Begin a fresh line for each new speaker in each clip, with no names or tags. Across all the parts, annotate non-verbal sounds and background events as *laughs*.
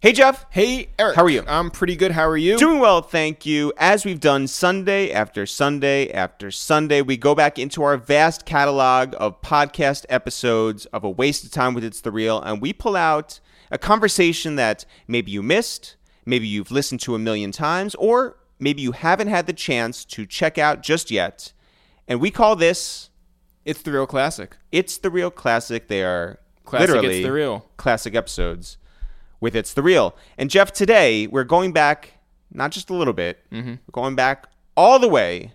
Hey, Jeff.
Hey, Eric.
How are you?
I'm pretty good. How are you?
Doing well, thank you. As we've done Sunday after Sunday after Sunday, we go back into our vast catalog of podcast episodes of A Waste of Time with It's the Real, and we pull out a conversation that maybe you missed, maybe you've listened to a million times, or maybe you haven't had the chance to check out just yet. And we call this
it's the real classic.
It's the Real Classic. They are
Classic It's
literally
the Real.
classic episodes with It's the Real. And Jeff, today we're going back not just a little bit,
Mm-hmm.
we're going back all the way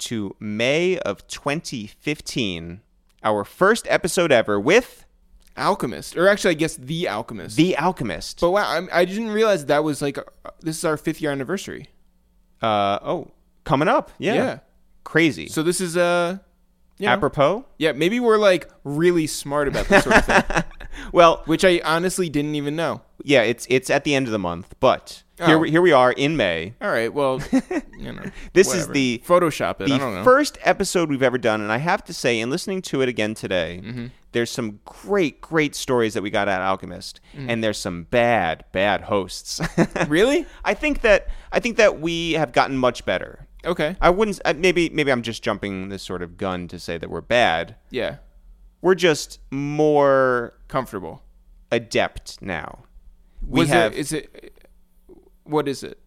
to May of 2015, our first episode ever with
Alchemist, or actually, I guess the Alchemist.
The Alchemist.
but wow, I'm, I didn't realize that was like uh, this is our fifth year anniversary.
Uh, oh, coming up. Yeah.
Yeah.
Crazy.
So this is uh, you know,
Apropos.
yeah, maybe we're like really smart about this sort of
*laughs*
thing,
Well,
which I honestly didn't even know.
yeah, it's it's at the end of the month, but here
Oh.
we, here we are in May.
All right,
*laughs*
well, you know,
This is
whatever.
the-
Photoshop it. I don't
the
know.
first episode we've ever done, and I have to say, in listening to it again today,
Mm-hmm.
there's some great, great stories that we got at Alchemist,
Mm.
and there's some bad, bad hosts. *laughs*
really?
I think that I think that we have gotten much better.
Okay.
I wouldn't. I- Maybe maybe I'm just jumping this sort of gun to say that we're bad.
Yeah.
We're just more
Comfortable.
adept now. We
Was
have.
It, is it? What is it?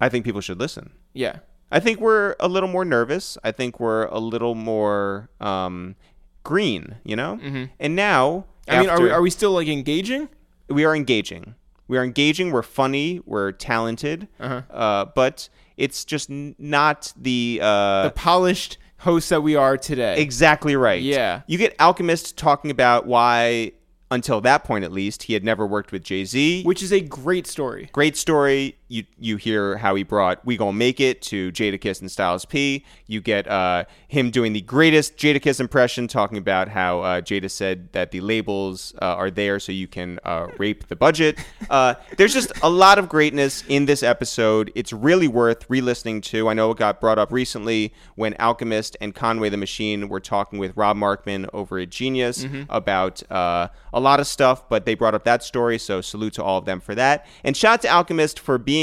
I think people should listen.
Yeah.
I think we're a little more nervous. I think we're a little more um, green, you know. And now,
Mm-hmm. I mean, are we
after-
are we still like engaging?
we are engaging. We are engaging. We're funny. We're talented.
Uh-huh.
uh but it's just n- not the, uh,
The polished hosts that we are today.
exactly right.
Yeah.
you get Alchemist talking about why, until that point at least, he had never worked with Jay Z.
which is a great story.
Great story. You you hear how he brought We Gonna Make It to Jadakiss and Styles P. You get uh, him doing the greatest Jadakiss impression, talking about how uh, Jada said that the labels uh, are there so you can uh, rape the budget. Uh, there's just a lot of greatness in this episode. It's really worth re listening to. I know it got brought up recently when Alchemist and Conway the Machine were talking with Rob Markman over at Genius about uh, a lot of stuff, but they brought up that story. So salute to all of them for that. And shout out to Alchemist for being,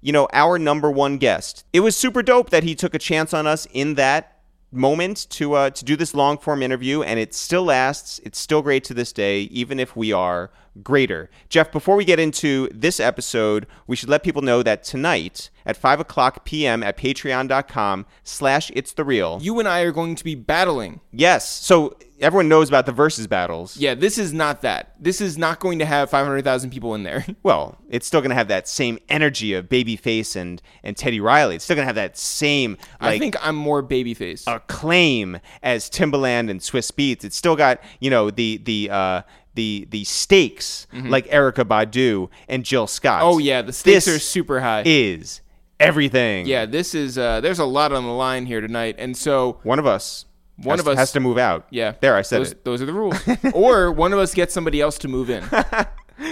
you know, our number one guest. It was super dope that he took a chance on us in that moment to uh, to do this long form interview, and it still lasts. It's still great to this day, even if we are greater. Jeff, before we get into this episode, we should let people know that tonight at five o'clock p.m. at patreon.com slash it's the real.
You and I are going to be battling.
Yes, so everyone knows about the versus battles.
Yeah, this is not that. This is not going to have 500,000 people in there. *laughs*
Well, it's still going to have that same energy of Babyface and and Teddy Riley. It's still going to have that same
I
like uh,
think I'm more babyface.
acclaim as Timbaland and Swiss Beats. It's still got you know the the uh, the the stakes like Erica Badu and Jill Scott.
Mm-hmm. oh yeah, the stakes
This
are super high.
Is everything?
yeah, this is uh there's a lot on the line here tonight. And so,
one of us.
One
has-
of us-
has to move out.
yeah.
there I said
those,
it.
Those are
*laughs*
the rules. or one of us gets somebody else to move in.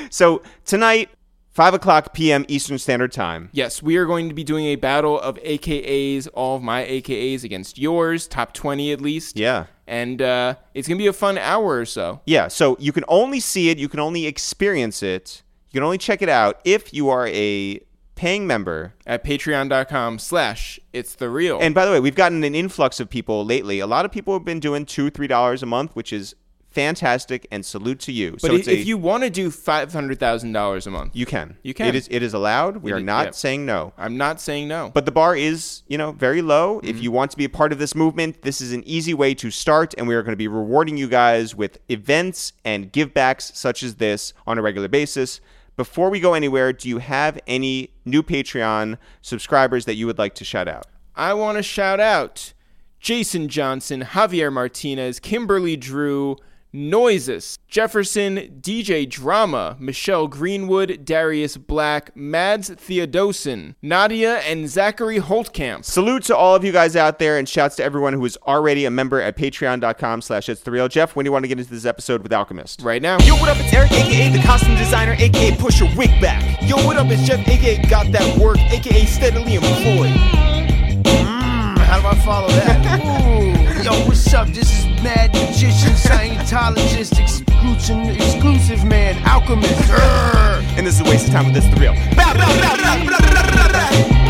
So tonight, five o'clock p.m. Eastern Standard Time.
Yes, we are going to be doing a battle of AKAs, all of my AKAs against yours, top 20 at least.
Yeah.
And uh, it's going to be a fun hour or so.
Yeah, so you can only see it, you can only experience it, you can only check it out if you are a paying member.
at patreon.com slash it's the real
And by the way, we've gotten an influx of people lately. A lot of people have been doing two, three dollars a month, which is fantastic, and salute to you.
but
so
i-
it's
if,
a,
you want to do $500000 a month
you can,
You can.
It is it is allowed. We are
d-
not
yeah.
saying no.
i'm not saying no
But the bar is, you know, very low. If you want to be a part of this movement, this is an easy way to start, and we are going to be rewarding you guys with events and givebacks such as this on a regular basis. Before we go anywhere, do you have any new Patreon subscribers that you would like to shout out?
i want to shout out jason johnson javier martinez kimberly drew noises jefferson dj drama michelle greenwood darius black mads theodosin nadia and zachary holtkamp
Salute to all of you guys out there, and shouts to everyone who is already a member at patreon.com slash it's the real Jeff. When do you want to get into this episode with Alchemist?
right now
Yo, what up? It's Eric, aka the costume designer, aka push your wig back. Yo, what up? It's Jeff, aka got that work, aka steadily employed. Mmm, how do I follow that? Ooh, yo, what's up? This is
mad magician, Scientologist, exclusion, exclusive man, alchemist. Urgh.
And this is a waste of time with this the real. Bow, bow, bow, bow, bow, bow, bow, bow.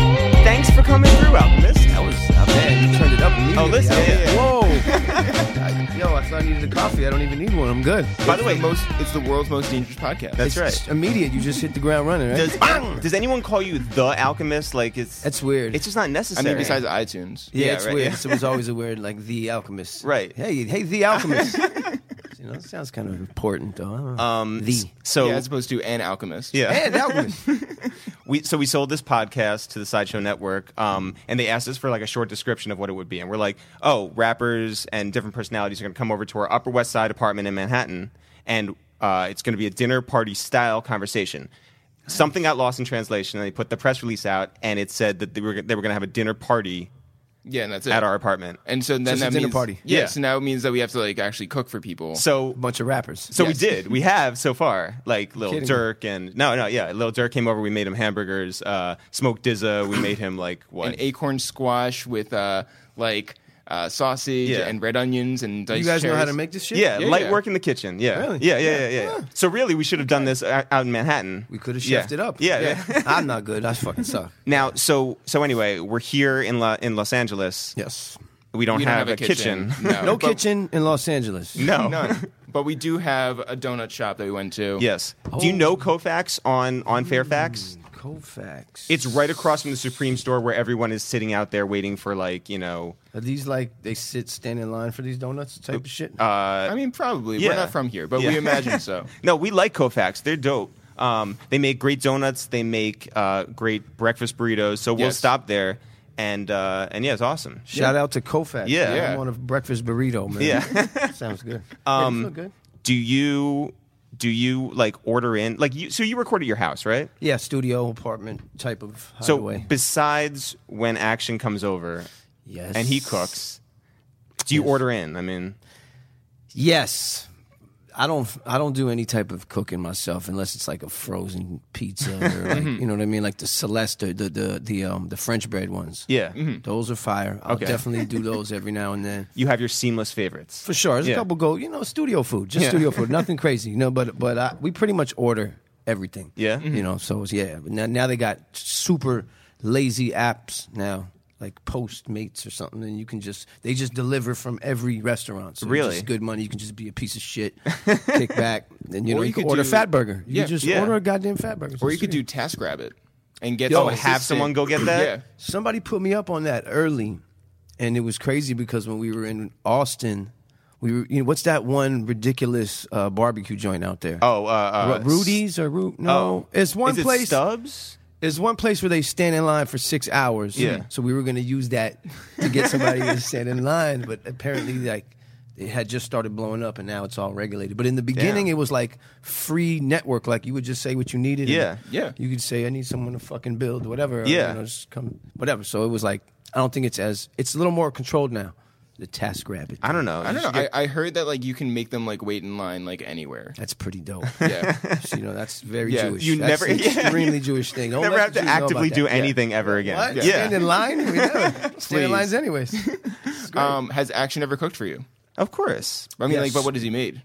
Thanks for coming through, Alchemist.
That was, I bet you turned it up immediately.
Oh, listen,
I-
yeah, yeah.
*laughs* Whoa. I- Yo, I thought I needed a coffee. I don't even need one. I'm good.
By the way,
It's the, most, it's the world's most dangerous podcast.
that's right.
It's immediate. You just hit the ground running, right?
Does, does anyone call you the Alchemist? Like it's
That's weird.
it's just not
I
necessary.
mean, besides iTunes.
yeah,
yeah,
it's
right,
weird. *laughs*
yeah.
It was always a weird, like the alchemist.
Right.
Hey, hey, the *laughs* alchemist. you know, it sounds kind of important, though. I don't know.
um,
the *laughs*
so
yeah,
yeah,
as opposed to an alchemist. *laughs*
and alchemist.
we so we sold this podcast to the Sideshow Network, um, and they asked us for like a short description of what it would be, and we're like, oh, rappers and different personalities are going to come over to our Upper West Side apartment in Manhattan, and uh, it's going to be a dinner party style conversation. Something got lost in translation, and they put the press release out, and it said that they were they were going to have a dinner party
Yeah, and that's it.
at our apartment.
and so then
Just a
that
dinner
means,
party.
Yeah,
Yeah.
so now it means that we have to like actually cook for people.
So
bunch of rappers.
So
Yes.
we did. We have so far. Like Lil
Kidding.
Durk and no, no, yeah. Lil Durk came over. We made him hamburgers. Uh, smoked Dizza. We made him like what?
an acorn squash with uh like uh, sausage
Yeah.
and red onions and diced
You guys know how to
cherries.
make this shit?
yeah,
Yeah,
light
yeah.
work in the kitchen. Yeah.
Really?
Yeah, yeah,
Yeah.
yeah, yeah, yeah. So really, we should have done this out out in Manhattan.
We could have
Yeah.
chefed it up.
Yeah. yeah.
I'm not good. I
*laughs*
fucking suck.
now, so so anyway, we're here in La- in Los Angeles.
Yes.
We don't,
We don't
have, a kitchen.
No,
No
but-
kitchen in Los Angeles.
*laughs* no.
None. *laughs* But we do have a donut shop that we went to.
Yes. Do you know Kofax on on
Hmm.
Fairfax?
Colfax.
It's right across from the Supreme store where everyone is sitting out there waiting for like you know.
Are these like they sit stand in line for these donuts type of shit?
Uh,
I mean, probably. We're
Yeah.
not from here, but we
Yeah. *laughs*
imagine so.
No, we like Kofax. They're dope. Um, they make great donuts. They make uh, great breakfast burritos. So we'll
Yes.
stop there, and uh, and yeah, it's awesome.
Shout out to Colfax.
Yeah.
I want a breakfast burrito, man.
Yeah.
*laughs*
*laughs*
Sounds good. Um, good.
Do you do you like order in like you? So you record at your house, right?
Yeah, studio apartment type of
So
hideaway.
besides when action comes over
yes.
and he cooks, do you order in? I mean,
Yes. I don't. I don't do any type of cooking myself unless it's like a frozen pizza or
*laughs*
like,
Mm-hmm.
you know what I mean, like the Celeste, the the the um the French bread ones.
yeah,
Those are fire. I'll
Okay.
definitely *laughs* do those every now and then.
Mm-hmm. you have your seamless favorites
For sure. There's
Yeah.
a couple go, you know, studio food, just studio food, nothing crazy, you know, but but I, we pretty much order everything.
Yeah.
You know, so it's, yeah. Now, now they got super lazy apps now, like Postmates or something, and you can just, they just deliver from every restaurant. So it's
Really?
just good money. You can just be a piece of shit, kick back, and you know,
Or
you,
you
can
could
order
do-
fat burger. You
Yeah.
just
Yeah.
order a goddamn fat burger.
Or you could do TaskRabbit and get
Yo,
have someone go get that?
Yeah.
Somebody put me up on that early, and it was crazy because when we were in Austin, we were, you know, what's that one ridiculous uh, barbecue joint out there?
Oh, uh, uh, oh.
Ru- Rudy's or Ru- no, it's one
Is it
place.
Stubbs?
It's one place where they stand in line for six hours.
Yeah.
So we were going to use that to get somebody to stand in line, but apparently, like, it had just started blowing up, and now it's all regulated. But in the beginning,
Damn.
it was like free network. Like you would just say what you needed. and
Yeah,
yeah.
You could say I need someone to fucking build whatever. or,
Yeah.
You know, just come whatever. So it was like I don't think it's as it's a little more controlled now. The task rabbit.
I don't know.
I don't know. I, I heard that like you can make them like wait in line like anywhere.
*laughs*
That's pretty dope.
Yeah.
So, you know, that's very
Yeah,
Jewish.
you
That's
never- *laughs*
an
yeah,
extremely Jewish thing. Don't
Never
let
have
the
to
Jews know about
actively
that.
do
Yeah.
anything ever again.
What?
Yeah.
Stand in line?
*laughs*
We never. Stand
Please.
in lines anyways.
um, has Action ever cooked for you?
Of course.
I mean,
Yes.
like, but what has he made?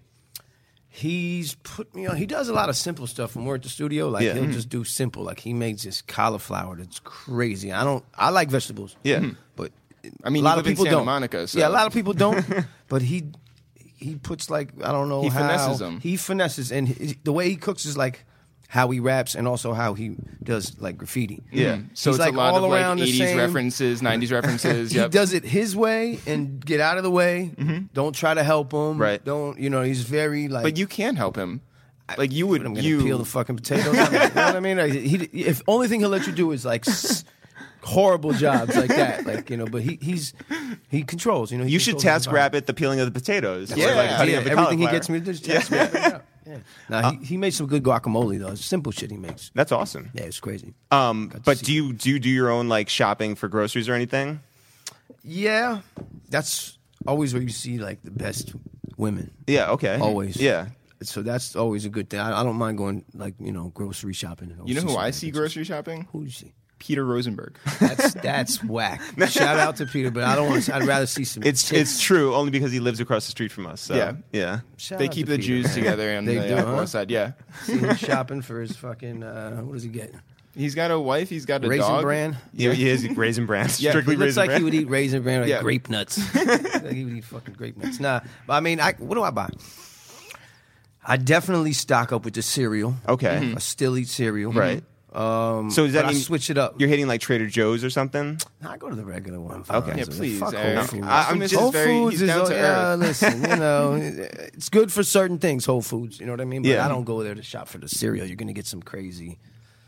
He's put me on. He does a lot of simple stuff when we're at the studio. Like
Yeah. Mm-hmm.
he'll just do simple. Like he makes this cauliflower that's crazy. I don't. I like vegetables.
Yeah. Mhm.
but
Mm-hmm. I mean,
a lot
you
of
live in
people
Santa
don't.
Monica, so-
Yeah, a lot of
*laughs*
people don't. but he he puts like I don't know.
He
how-
finesses 'em.
He finesses, and he, the way he cooks is like how he raps, and also how he does like graffiti. Mm-hmm.
Yeah.
So
He's,
it's
like,
a lot
all
of
around
like
the
80s
same-
references, 90s references.
*laughs* He
yep.
does it his way and get out of the way. Don't try to help him.
Mm-hmm. Right.
Don't you know? He's very like.
But you can help him. Like you would
I'm gonna
you
peel the fucking potatoes. out of it. you know what I mean? Like, he, if only thing he'll let you do is like s- horrible jobs like that, like you know. But he he's he controls. You know, he
You should
controls his
task rabbit the peeling of the potatoes.
environment.
or, like,
Yeah,
cutting
yeah,
of the
everything he
cauliflower.
gets me to do is task rabbit. Yeah.
*laughs*
Yeah. Now he, he made some good guacamole though. It's simple shit he makes.
That's awesome.
Yeah, it's crazy.
Um,
Got to
but
see
do you do you do your own like shopping for groceries or anything?
yeah, that's always where you see like the best women.
Yeah. Okay.
Always.
Yeah.
So that's always a good thing. I, I don't mind going like you know grocery shopping. and
You know
see
who
some
I
good
see
bitches.
grocery shopping?
Who you see?
Peter
*laughs*
Rosenberg.
That's that's whack. Shout out to Peter, but I don't want. to. I'd rather see some.
It's
tits.
it's true only because he lives across the street from us. So,
Yeah.
yeah.
Shout
they
out
keep
to
the
Peter,
Jews
man.
together on
*laughs* They
the
do,
uh,
huh?
north side. Yeah,
See him shopping for his fucking. Uh, what does he get?
he's got a wife. He's got a
Raisin
dog.
bran.
Yeah, he is raisin brands.
Yeah,
strictly
He looks
raisin
like
Bran.
he would eat raisin bran, like
Yeah.
grape nuts. *laughs* Like he would eat fucking grape nuts. Nah, but I mean, I, what do I buy? I definitely stock up with the cereal.
Okay.
I still eat cereal.
Oh. Right.
Um,
So does that
but I
mean
switch it up.
You're hitting like Trader Joe's or something.
I go to the regular one.
Okay.
Yeah,
So
please.
Fuck Whole
Eric.
Foods.
I- I'm
Optimus
just
is
Whole
very,
Foods
he's
is
down
all-
to
yeah,
earth.
*laughs* listen,
*laughs*
you know, it's good for certain things. Whole Foods, you know what I mean. But
Yeah.
I don't go there to shop for the cereal. You're gonna get some crazy.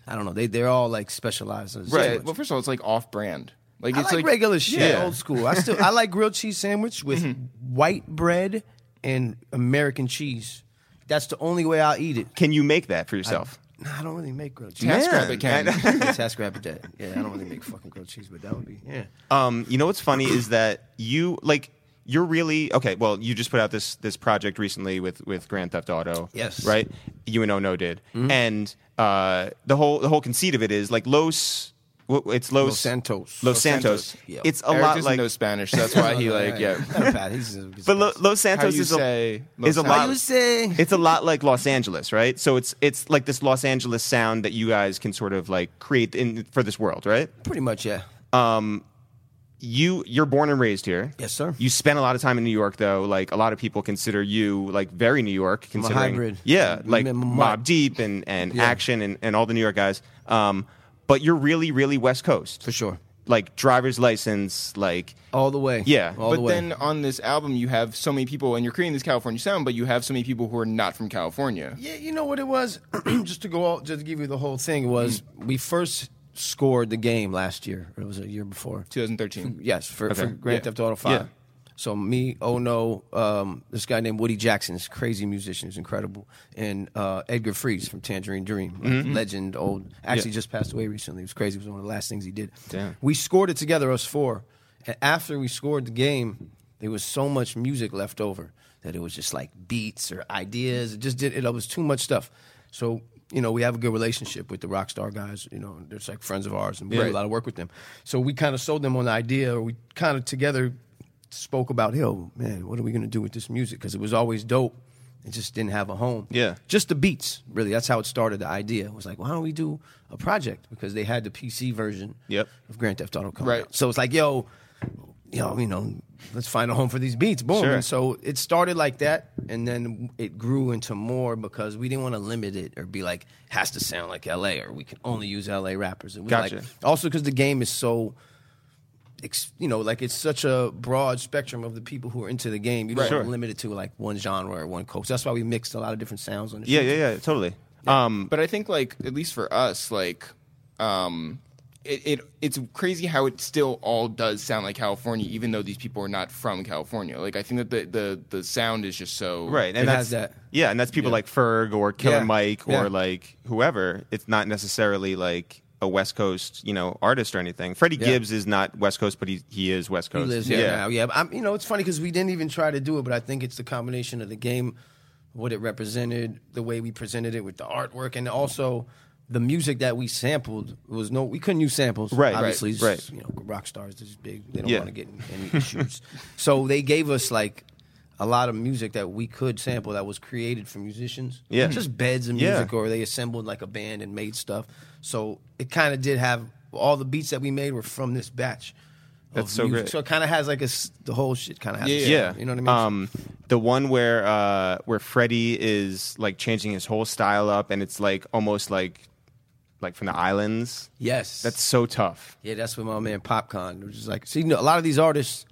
I don't know. They they're all like specialized. in so
Right.
much.
Well, first of all, it's like off-brand. Like
I
it's
like, regular shit,
Yeah.
old school. I still I like grilled cheese sandwich with
Mm-hmm.
white bread and American cheese. That's the only way I'll eat it.
Can you make that for yourself?
No, I don't really make grilled cheese.
Task
Man.
rabbit can. *laughs*
*laughs* yeah, task rabbit that. Yeah, I don't really make fucking grilled cheese, but that would be yeah.
Um, you know what's funny is that you like you're really okay. Well, you just put out this this project recently with with Grand Theft Auto.
Yes.
right. You and Ono did, and uh, the whole the whole conceit of it is like Los. wh- It's Los,
Los Santos.
Los
Los
Santos.
Santos. Yeah.
It's a
Eric
lot
doesn't
like,
know Spanish, so that's
*laughs* Oh,
why he like yeah.
Not bad. He's a- he's
*laughs* but
a-
Lo- Los
How
Santos
you
is a
say
is a
Los
lot.
you say
it's a lot like Los Angeles, right? So it's it's like this Los Angeles sound that you guys can sort of like create in for this world, right?
pretty much yeah.
You you're born and raised here.
Yes, sir.
You spent a lot of time in New York though. Like a lot of people consider you like very New York considering
hybrid.
Yeah, like
I'm a mo-
Mob Deep and and Action and and all the New York guys. Um but you're really really West Coast.
For sure.
Like driver's license like
All the way.
Yeah.
All
But
the
But
way.
then on this album, you have so many people, and you're creating this California sound, but you have so many people who are not from California.
Yeah, you know what it was. *clears throat* just to go, all, just to give you the whole thing was we first scored the game last year. Or it was a year before.
2013.
Yes, for, for Grand
Yeah.
Theft Auto Five. So me, oh no, um, this guy named Woody Jackson, this crazy musician, is incredible, and uh, Edgar Freeze from Tangerine Dream, like,
Mm-hmm.
legend, old, actually just passed away recently. It was crazy. It was one of the last things he did.
Damn.
We scored it together, us four, and after we scored the game, there was so much music left over that it was just like beats or ideas. It just did it. It was too much stuff. So you know, we have a good relationship with the rock star guys. You know, they're just like friends of ours, and we do a lot of work with them. So we kind of sold them on the idea, or we kind of together spoke about, yo, man, what are we gonna do with this music? Because it was always dope. It just didn't have a home.
Yeah.
Just the beats, really. That's how it started. The idea was like, why don't we do a project? Because they had the PC version
Yep.
of Grand Theft Auto coming
Right.
out. So it's like, yo, yo, you know, let's find a home for these beats. Boom.
Sure.
And so it started like that, and then it grew into more because we didn't want to limit it or be like has to sound like L.A. or we can only use L.A. rappers. It was
Gotcha.
Like, also because the game is so. ex- You know, like it's such a broad spectrum of the people who are into the game. You don't
Sure.
limit it to like one genre or one coast. That's why we mixed a lot of different sounds on the
Yeah,
shit.
yeah, yeah, totally. Um
But I think like at least for us, like, um, it, it it's crazy how it still all does sound like California, even though these people are not from California. Like I think that the the, the sound is just so
Right,
It
and that's
has that.
Yeah, and that's people like Ferg or Killer
Yeah,
Mike or
yeah.
like whoever. It's not necessarily like a West Coast, you know, artist or anything. Freddie Gibbs is not West Coast, but he he is West Coast.
He lives here now. Yeah, but I'm, you know, it's funny because we didn't even try to do it, but I think it's the combination of the game, what it represented, the way we presented it with the artwork, and also the music that we sampled was no, we couldn't use samples,
Right, right,
Obviously, it's
right.
You know, rock stars is big; they don't
Yeah.
want to get in any issues, *laughs* so they gave us like. A lot of music that we could sample that was created for musicians.
Yeah.
Just beds of
Yeah.
music or they assembled like a band and made stuff. So it kind of did have all the beats that we made were from this batch. of
That's so
music.
great.
So it kind of has like a s- the whole shit kind of has
Yeah,
a
Yeah,
sound, you know what I
Um,
mean.
the one where uh, where Freddie is like changing his whole style up, and it's like almost like like from the islands.
yes,
That's so tough.
yeah. That's what my man Popcon was just like. See, you know, a lot of these artists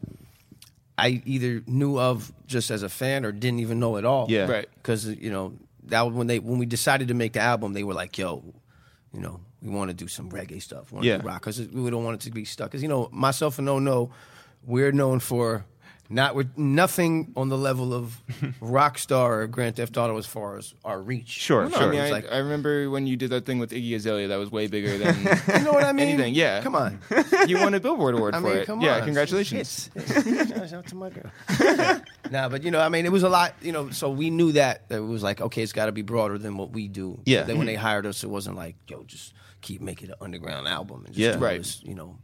I either knew of just as a fan or didn't even know at all.
Yeah.
Right.
because you know that was when they when we decided to make the album, they were like, "Yo, you know, we want to do some reggae stuff, want to
Yeah.
do rock, because we don't want it to be stuck." Because you know, myself and No No, we're known for Not with nothing on the level of *laughs* Rockstar or Grand Theft Auto as far as our reach.
Sure,
You know
sure.
what
I mean, I,
It's like-
I remember when you did that thing with Iggy Azalea. That was way
*laughs*
bigger than
you know what I mean?
anything. Yeah, *laughs*
Come on.
*laughs* you won a Billboard award
*laughs* I
for
mean,
it.
come on.
yeah, congratulations.
*laughs* Shout out to my girl. nah, but you know, I mean, it was a lot. You know, so we knew that that it was like, okay, it's got to be broader than what we do.
Yeah.
Then when
Mm-hmm.
they hired us, it wasn't like, yo, just keep making an underground album and just
Yeah.
do
Right.
this, you know,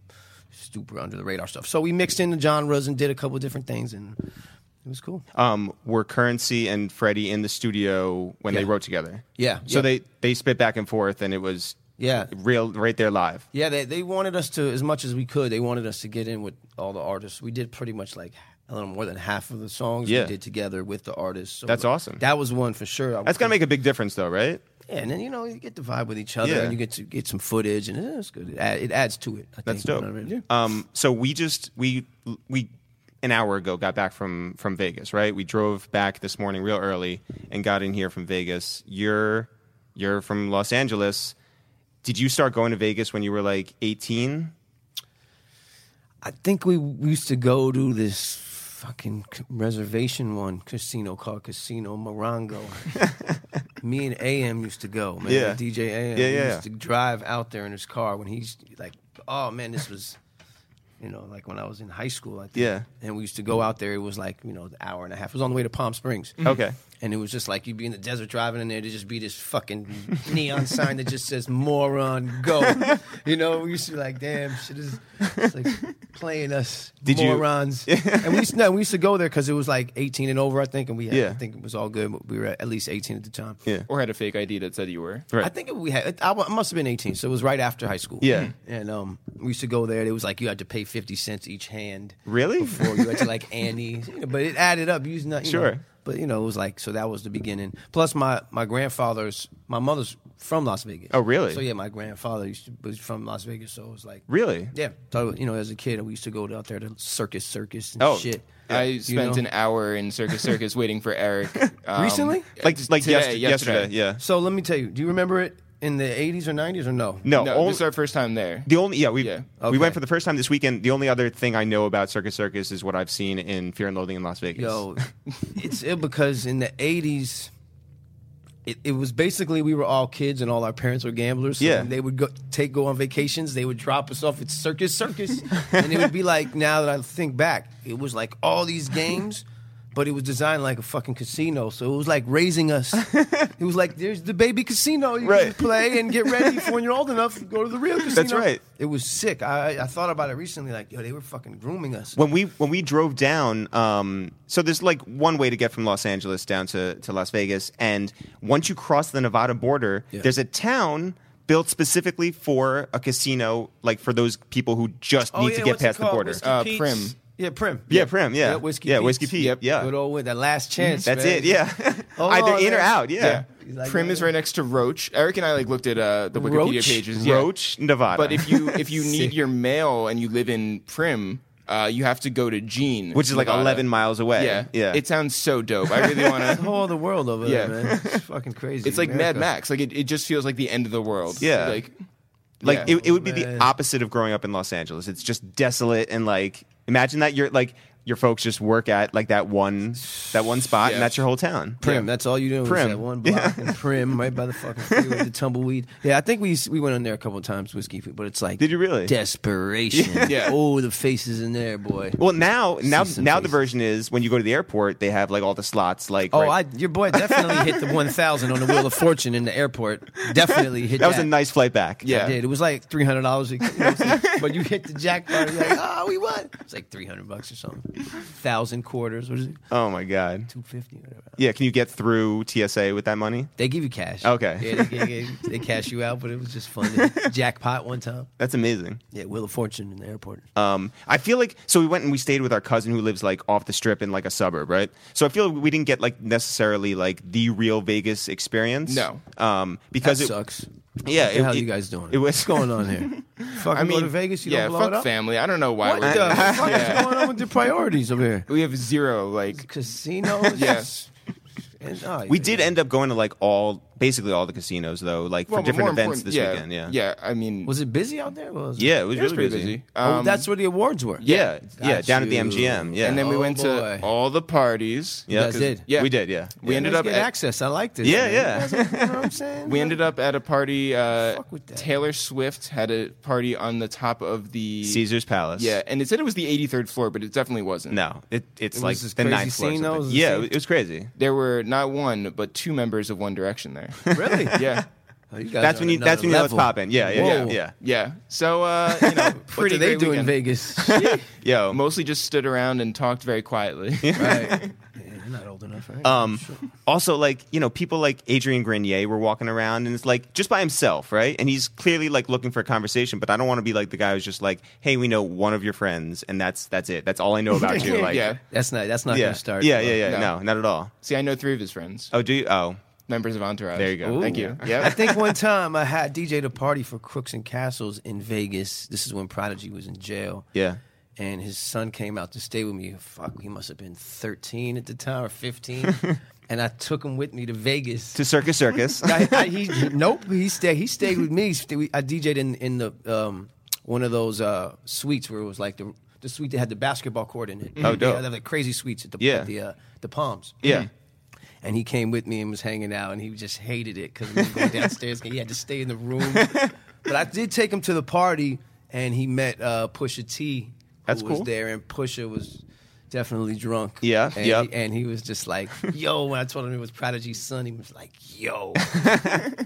super under the radar stuff. So we mixed in the genres and did a couple different things, and it was cool.
Um, were Currency and Freddie in the studio when they
Yeah.
wrote together?
Yeah,
So
yeah.
they they spit back and forth, and it was
Yeah.
real right there live.
Yeah, they, they wanted us to as much as we could. They wanted us to get in with all the artists. We did pretty much like a little more than half of the songs
Yeah.
we did together with the artists. So
That's awesome.
That was one for sure. I
That's gonna make a big difference, though, right?
Yeah, and then you know you get the vibe with each other,
Yeah.
and you get to get some footage, and it's good. It, add, it adds to it. I
That's
think,
dope.
you know what I mean?
Um, so we just we we an hour ago got back from from Vegas, right? We drove back this morning real early and got in here from Vegas. You're you're from Los Angeles. Did you start going to Vegas when you were like 18?
I think we we used to go to this fucking c- reservation one casino called
*laughs*
Casino Morongo. Me and AM used to go, man.
Yeah.
DJ AM
Yeah,
he
yeah.
used to drive out there in his car when he's like, oh man, this was, you know, like when I was in high school, I think.
Yeah.
And we used to go out there. It was like you know an hour and a half. It was on the way to Palm Springs.
Okay.
And it was just like you'd be in the desert driving in there, there'd just be this fucking neon sign that just says moron go. You know, we used to be like, damn, shit is it's like playing us
Did you- *laughs*
morons. and we used to, no, we used to go there because it was like 18 and over, I think, and we had,
Yeah.
I think it was all good. but We were at least 18 at the time.
Yeah.
Or had a fake ID that said you were.
Right.
I think we had. I wa- I must have been eighteen, so it was right after high school.
Yeah.
and um, we used to go there. It was like you had to pay fifty cents each hand.
Really?
Before you had to
*laughs*
like Annie, you know, but it added up. Using that, you know.
Sure.
But you know, it was like so that was the beginning. Plus, my my grandfather's, my mother's from Las Vegas.
Oh, really?
So yeah, my grandfather used to, was from Las Vegas, so it was like
Really?
yeah. So you know, as a kid, we used to go out there to circus, circus, and
Oh,
shit.
I spent
know?
an hour in Circus Circus waiting for
*laughs*
Eric. um,
Recently?
Like like
today,
yesterday, yesterday, yeah.
So let me tell you, do you remember it in the eighties or nineties or no? er-,
No,
No,
only,
this is our first time there.
the only yeah, we
Yeah.
we
Okay.
went for the first time this weekend. The only other thing I know about Circus Circus is what I've seen in Fear and Loathing in Las Vegas.
Yo,
*laughs*
it's ill because in the eighties, it, it was basically we were all kids and all our parents were gamblers. So
Yeah.
they would go take go on vacations. They would drop us off at
*laughs*
Circus Circus, and it would be like now that I think back, it was like all these games. But it was designed like a fucking casino, so it was like
*laughs*
raising us. It was like there's the baby casino you can
Right.
play and get ready for when you're old enough to go to the real casino.
right.
It was sick. I, I thought about it recently, like yo, they were fucking grooming us.
when we when we drove down um so there's like one way to get from Los Angeles down to, to Las Vegas and once you cross the Nevada border
Yeah.
there's a town built specifically for a casino like for those people who just need to get
Oh, what's it
past the
called?
border
Whiskey
Uh,
Pete's.
Prim.
Yeah, Prim.
Yeah, Prim, yeah.
Whiskey
Yeah,
Pete's.
Whiskey Pete, Yep. yeah. Mm-hmm.
Good old win. That last chance.
that's
man.
it yeah
Oh,
*laughs* either in or
that's-
out yeah,
He's like,
Prim is right next to Roach. Eric and I like looked at uh, the Wikipedia
Roach?
pages. yeah.
Roach Nevada
But if
*laughs*
you if you need your mail and you live in Prim, uh, you have to go to Gene,
which is like
Nevada.
11 miles away
Yeah,
yeah
It sounds so dope. I really
*laughs*
want
The
to.
whole the world over
Yeah.
there, man. It's fucking crazy.
It's like Mad
America.
Max. Like it, it just feels like the end of the world.
Yeah.
Like
Like
Yeah.
it, it would be the
Man.
opposite of growing up in Los Angeles. It's just desolate and like imagine that you're like your folks just work at like that one that one spot
Yeah.
and that's your whole town.
Prim. That's all you do. Prim.
Prim. *laughs*
that one block and Prim, right by the fucking freeway, the tumbleweed. Yeah, I think we we went in there a couple times, whiskey, Pete, but it's like
Did you really? *laughs*
desperation.
Yeah.
Oh, the faces in there, boy.
Well, now now
See some
now the
faces.
version is when you go to the airport, they have like all the slots. Like
Oh,
right-
I, your boy definitely hit the one thousand on the Wheel of Fortune in the airport. Definitely hit
that was a
that.
nice flight back.
Yeah.
I did. It was like three hundred dollars,
*laughs*
but you hit the jackpot. You're like, oh, we won. It's like three hundred bucks or something, thousand quarters. What is it?
Oh my god.
Two fifty, whatever.
Yeah. Can you get through TSA with that money?
They give you cash.
Okay.
Yeah, they, they, they, they cash you out, but it was just fun.
*laughs*
jackpot one time.
That's amazing.
Yeah, Wheel of Fortune in the airport.
Um, I feel like so we went and we stayed with our cousin who lives like off the strip in like a suburb, right? So I feel we didn't get like necessarily like the real Vegas experience.
No.
Um,
That
because it,
sucks.
yeah,
What the
it-
hell
it-
you guys doing?
it was-
What's going
*laughs*
on here? Fucking
I mean,
go to Vegas, you
yeah,
don't blow
fuck
it up.
family. I don't know why
What
we're
the fuck is going on with the priorities
*laughs*
over here?
we have zero like
Casinos.
Yes.
And, oh,
We
yeah,
did
yeah.
end up going to like all basically all the casinos though, like for
Well, but
different
more
events
important-
this
yeah,
weekend. Yeah,
yeah. I mean,
Was it busy out there? Was
yeah, it was
it was
really
pretty
busy.
busy.
Oh,
Um,
that's where the awards were.
Yeah, yeah,
Got
down at the
you.
MGM. Yeah,
and then we
Oh,
went
boy.
to all the parties.
yeah,
guys
'cause-
did.
Yeah.
we did. Yeah,
We
Yeah.
ended
Let's
up
get
at-
access. I like this.
Yeah,
man.
yeah.
You guys are- you know what I'm
*laughs*
saying?
We ended up at a party. Uh,
Fuck with that.
Taylor Swift had a party on the top of the
Caesar's Palace.
Yeah, and it said it was the 83rd floor, but it definitely wasn't.
no, it, it's
It was
like
this
the
crazy
ninth floor. or something.
scene, though? It was the
yeah,
scene?
it was crazy.
There were not one, but two members of One Direction
*laughs*
there.
really.
yeah,
Oh, *laughs* you guys
That's
are
when
on
you. That's
another
when you know it's
level.
popping. Yeah, yeah, yeah,
Whoa.
yeah.
yeah. So uh,
*laughs*
you know, pretty
What do they
great
do in
weekend.
Vegas?
Yo,
Mostly just stood around and talked
*laughs*
very quietly.
right. Yeah, you're not old enough, right?
Um, also, like you know, people like Adrian Grenier were walking around, and it's like just by himself, right? And he's clearly like looking for a conversation. But I don't want to be like the guy who's just like, "Hey, we know one of your friends, and that's that's it. That's all I know about
*laughs*
you." Like,
yeah.
that's not. That's not
yeah,
gonna start.
yeah, yeah, yeah. No.
No.
not at all.
See, I know three of his friends,
Oh, do you? Oh,
members of Entourage.
There you go.
Thank
*laughs*
you.
I
Yeah.
think one time I had DJ a party for Crooks and Castles in Vegas. This is when Prodigy was in jail.
yeah.
And his son came out to stay with me. Fuck, he must have been 13 at the time
*laughs*
or 15. and I took him with me to Vegas.
To Circus
*laughs*
Circus.
I, I, he, nope, he stayed. He stayed with me. He stayed- we- I DJ'd in in the um, one of those uh, suites where it was like the the suite that had the basketball court in it. Oh,
dope.
They had the crazy suites at the
Yeah.
at the, uh, the Palms.
Yeah.
And he came with me and was hanging out, and he just hated it because we were going downstairs and he had to stay in the room. but I did take him to the party, and he met uh, Pusha T.
That's
who was
cool.
there, and Pusha was definitely drunk.
Yeah,
and
yep.
He, and he was
*laughs*
just like, "Yo," when I told him it was Prodigy's son, he was like,
*laughs*
"Yo,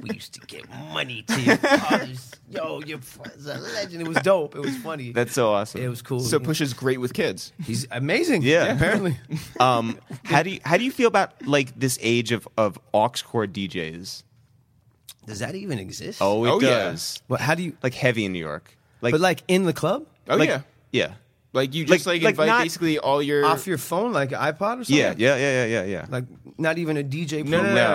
we used to get money to your fathers. Yo, your father's a legend." It was dope. It was funny.
That's so awesome.
it was cool.
So Push is great with kids.
He's amazing.
Yeah.
apparently.
*laughs* um, how do you how do you feel about like this age of of aux chord DJs?
Does that even exist?
Oh, it
Oh, yeah.
does.
Well, how do you?
Like heavy in New York. Like,
But like in the club,
Oh
like-
yeah.
yeah,
Like you just
Like-
like,
like
invite
not-
basically all your
off your phone, like an iPod or something.
yeah, yeah, yeah, yeah, yeah, yeah.
Like not even a DJ.
No, no,
program.
no,
no.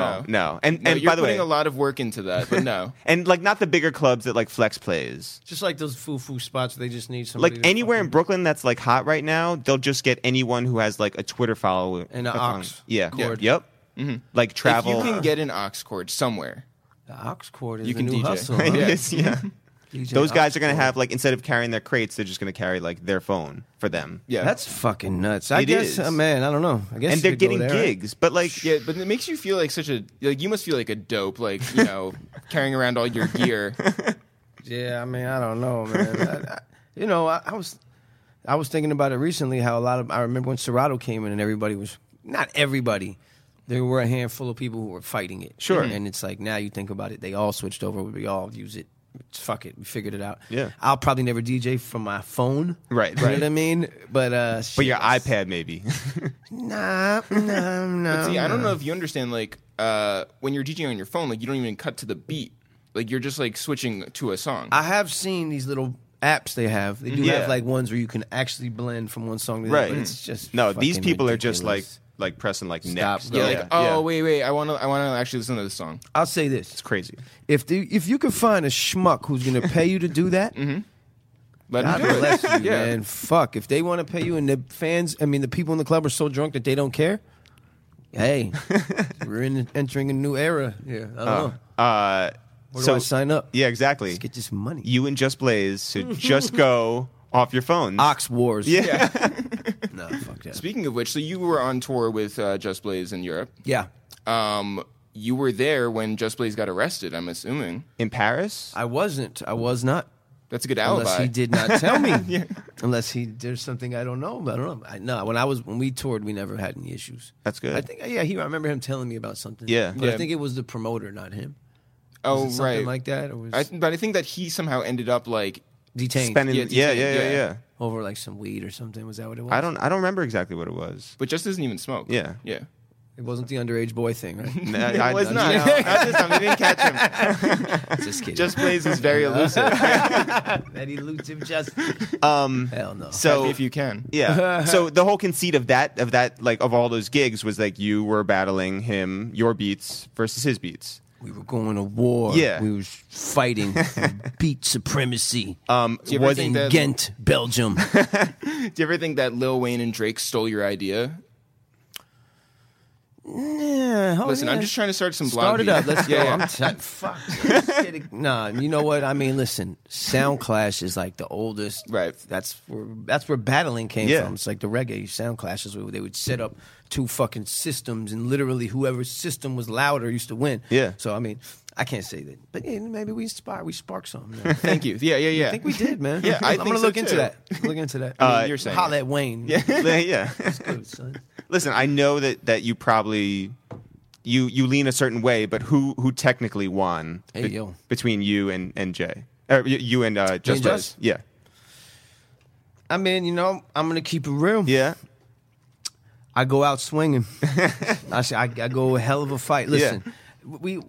no, and
No,
and
you're
by the way,
putting a lot of work into that,
*laughs*
but no.
and like not the bigger clubs that like Flex plays.
Just like those foo foo spots, they just need somebody.
Like
to
anywhere in
fucking-
Brooklyn that's like hot right now, they'll just get anyone who has like a Twitter follower
And a
a following.
aux
Yeah.
chord.
Yep. Mm-hmm. Like
if
travel.
you
*laughs*
can get an ox cord somewhere,
the Ox Court is
You
the
can DJ.
new hustle. huh?
*laughs* Yes, yeah.
DJ
Those guys
Ox
are gonna
Cord.
have like instead of carrying their crates, they're just gonna carry like their phone for them.
yeah,
That's fucking nuts. I
It
guess,
is.
uh, man, I don't know. I guess
And
you
they're
could go
getting
there.
gigs, but like
Yeah, but it makes you feel like such a like you must feel like a dope, like you
*laughs*
know, carrying around all your gear.
Yeah, I mean, I don't know, man. I, I, you know, I, I was, I was thinking about it recently. How a lot of I remember when Serato came in and everybody was not everybody. There were a handful of people who were fighting it.
Sure.
And it's like now you think about it, they all switched over. We all use it. Fuck it, we figured it out.
Yeah.
I'll probably never DJ from my phone.
Right,
You know
right.
what I mean? But uh,
but your iPad maybe. *laughs*
Nah, nah, nah.
See, I don't know if you understand, like uh, when you're DJing on your phone, like you don't even cut to the beat, like you're just like switching to a song.
I have seen these little apps they have. They do
Yeah.
have like ones where you can actually blend from one song to the
right. Mm.
other. But it's just
no. These
fucking
people are just like
ridiculous.
like pressing like
Stop,
next.
go.
yeah,
Yeah,
like oh wait, wait, I want to, I want to actually listen to this song.
I'll say this:
it's crazy.
if the, if you can find a schmuck who's
*laughs*
going to pay you to do that,
Mm-hmm.
Let
God
me do *laughs*
bless
it.
you, man. Fuck, if they want to pay you, and the fans, I mean, the people in the club are so drunk that they don't care.
*laughs*
Hey, we're in, entering a new era. Yeah, I don't know.
Uh,
Where
so
do I sign up?
yeah, exactly.
Let's get this money.
you and Just Blaze so
*laughs*
just go off your phones.
Ox Wars.
Yeah.
*laughs* no, fuck that.
Speaking of which, so you were on tour with uh, Just Blaze in Europe.
Yeah,
Um, you were there when Just Blaze got arrested. I'm assuming
In Paris?
I wasn't. I was not.
that's a good alibi.
Unless he did not
*laughs*
tell me. Unless he there's something I don't know. I don't know. I, no, when I was when we toured, we never had any issues.
That's good.
I think yeah, he. I remember him telling me about something.
Yeah.
but
Yeah.
I think it was the promoter, not him. Was
Oh
it something
right,
like that, or was
I, but I think that he somehow ended up like
detained
Spending,
Yeah,
yeah,
it's
yeah, yeah,
insane.
yeah,
Yeah.
over like some weed or something. Was that what it was?
I don't, I don't remember exactly what it was.
but just doesn't even smoke.
Yeah.
Yeah.
It wasn't the underage boy thing,
*laughs*
right?
I,
*laughs* It was not.
Yeah.
I just, I didn't catch *laughs* him.
just kidding.
Just Blaze is *laughs* very elusive.
that elusive just.
*laughs* Um,
Hell no.
so
if you can.
yeah, so the whole conceit of that, of that, like of all those gigs was like you were battling him, your beats versus his beats.
we were going to war.
Yeah.
we were fighting
*laughs*
beat supremacy
Um,
Do you ever
was
think
in
that?
Ghent,
*laughs*
Belgium.
Do you ever think that Lil Wayne and Drake stole your idea?
Nah, oh,
Listen, I'm
yeah.
just trying to start some blog.
Start it up.
*laughs*
Let's
yeah,
go.
yeah.
I'm t- fuck. I'm just kidding. *laughs* Nah, you know what? I mean, listen, Sound Clash is like the oldest.
Right.
That's where that's where battling came
Yeah.
from. It's like the reggae Sound Clash is where they would set up two fucking systems, and literally whoever's system was louder used to win.
Yeah.
So I mean, I can't say that, but yeah, maybe we inspire, we spark something.
*laughs*
man.
Thank you. Yeah, yeah, yeah.
I think
*laughs*
we did, man.
Yeah, I
I'm
think
gonna
so,
look into
too.
that. Look into that.
I mean, you're saying
holla
it.
at Wayne.
yeah.
Good, son.
Listen, I know that that you probably you you lean a certain way, but who who technically won
Hey, yo.
between you and and Jay? Or you, you and uh, Just
Jay.
Rez. Yeah.
I mean, you know, I'm gonna keep it real.
Yeah.
I go out
*laughs*
swinging. I, say, I, I go a hell of a fight. Listen,
Yeah.
we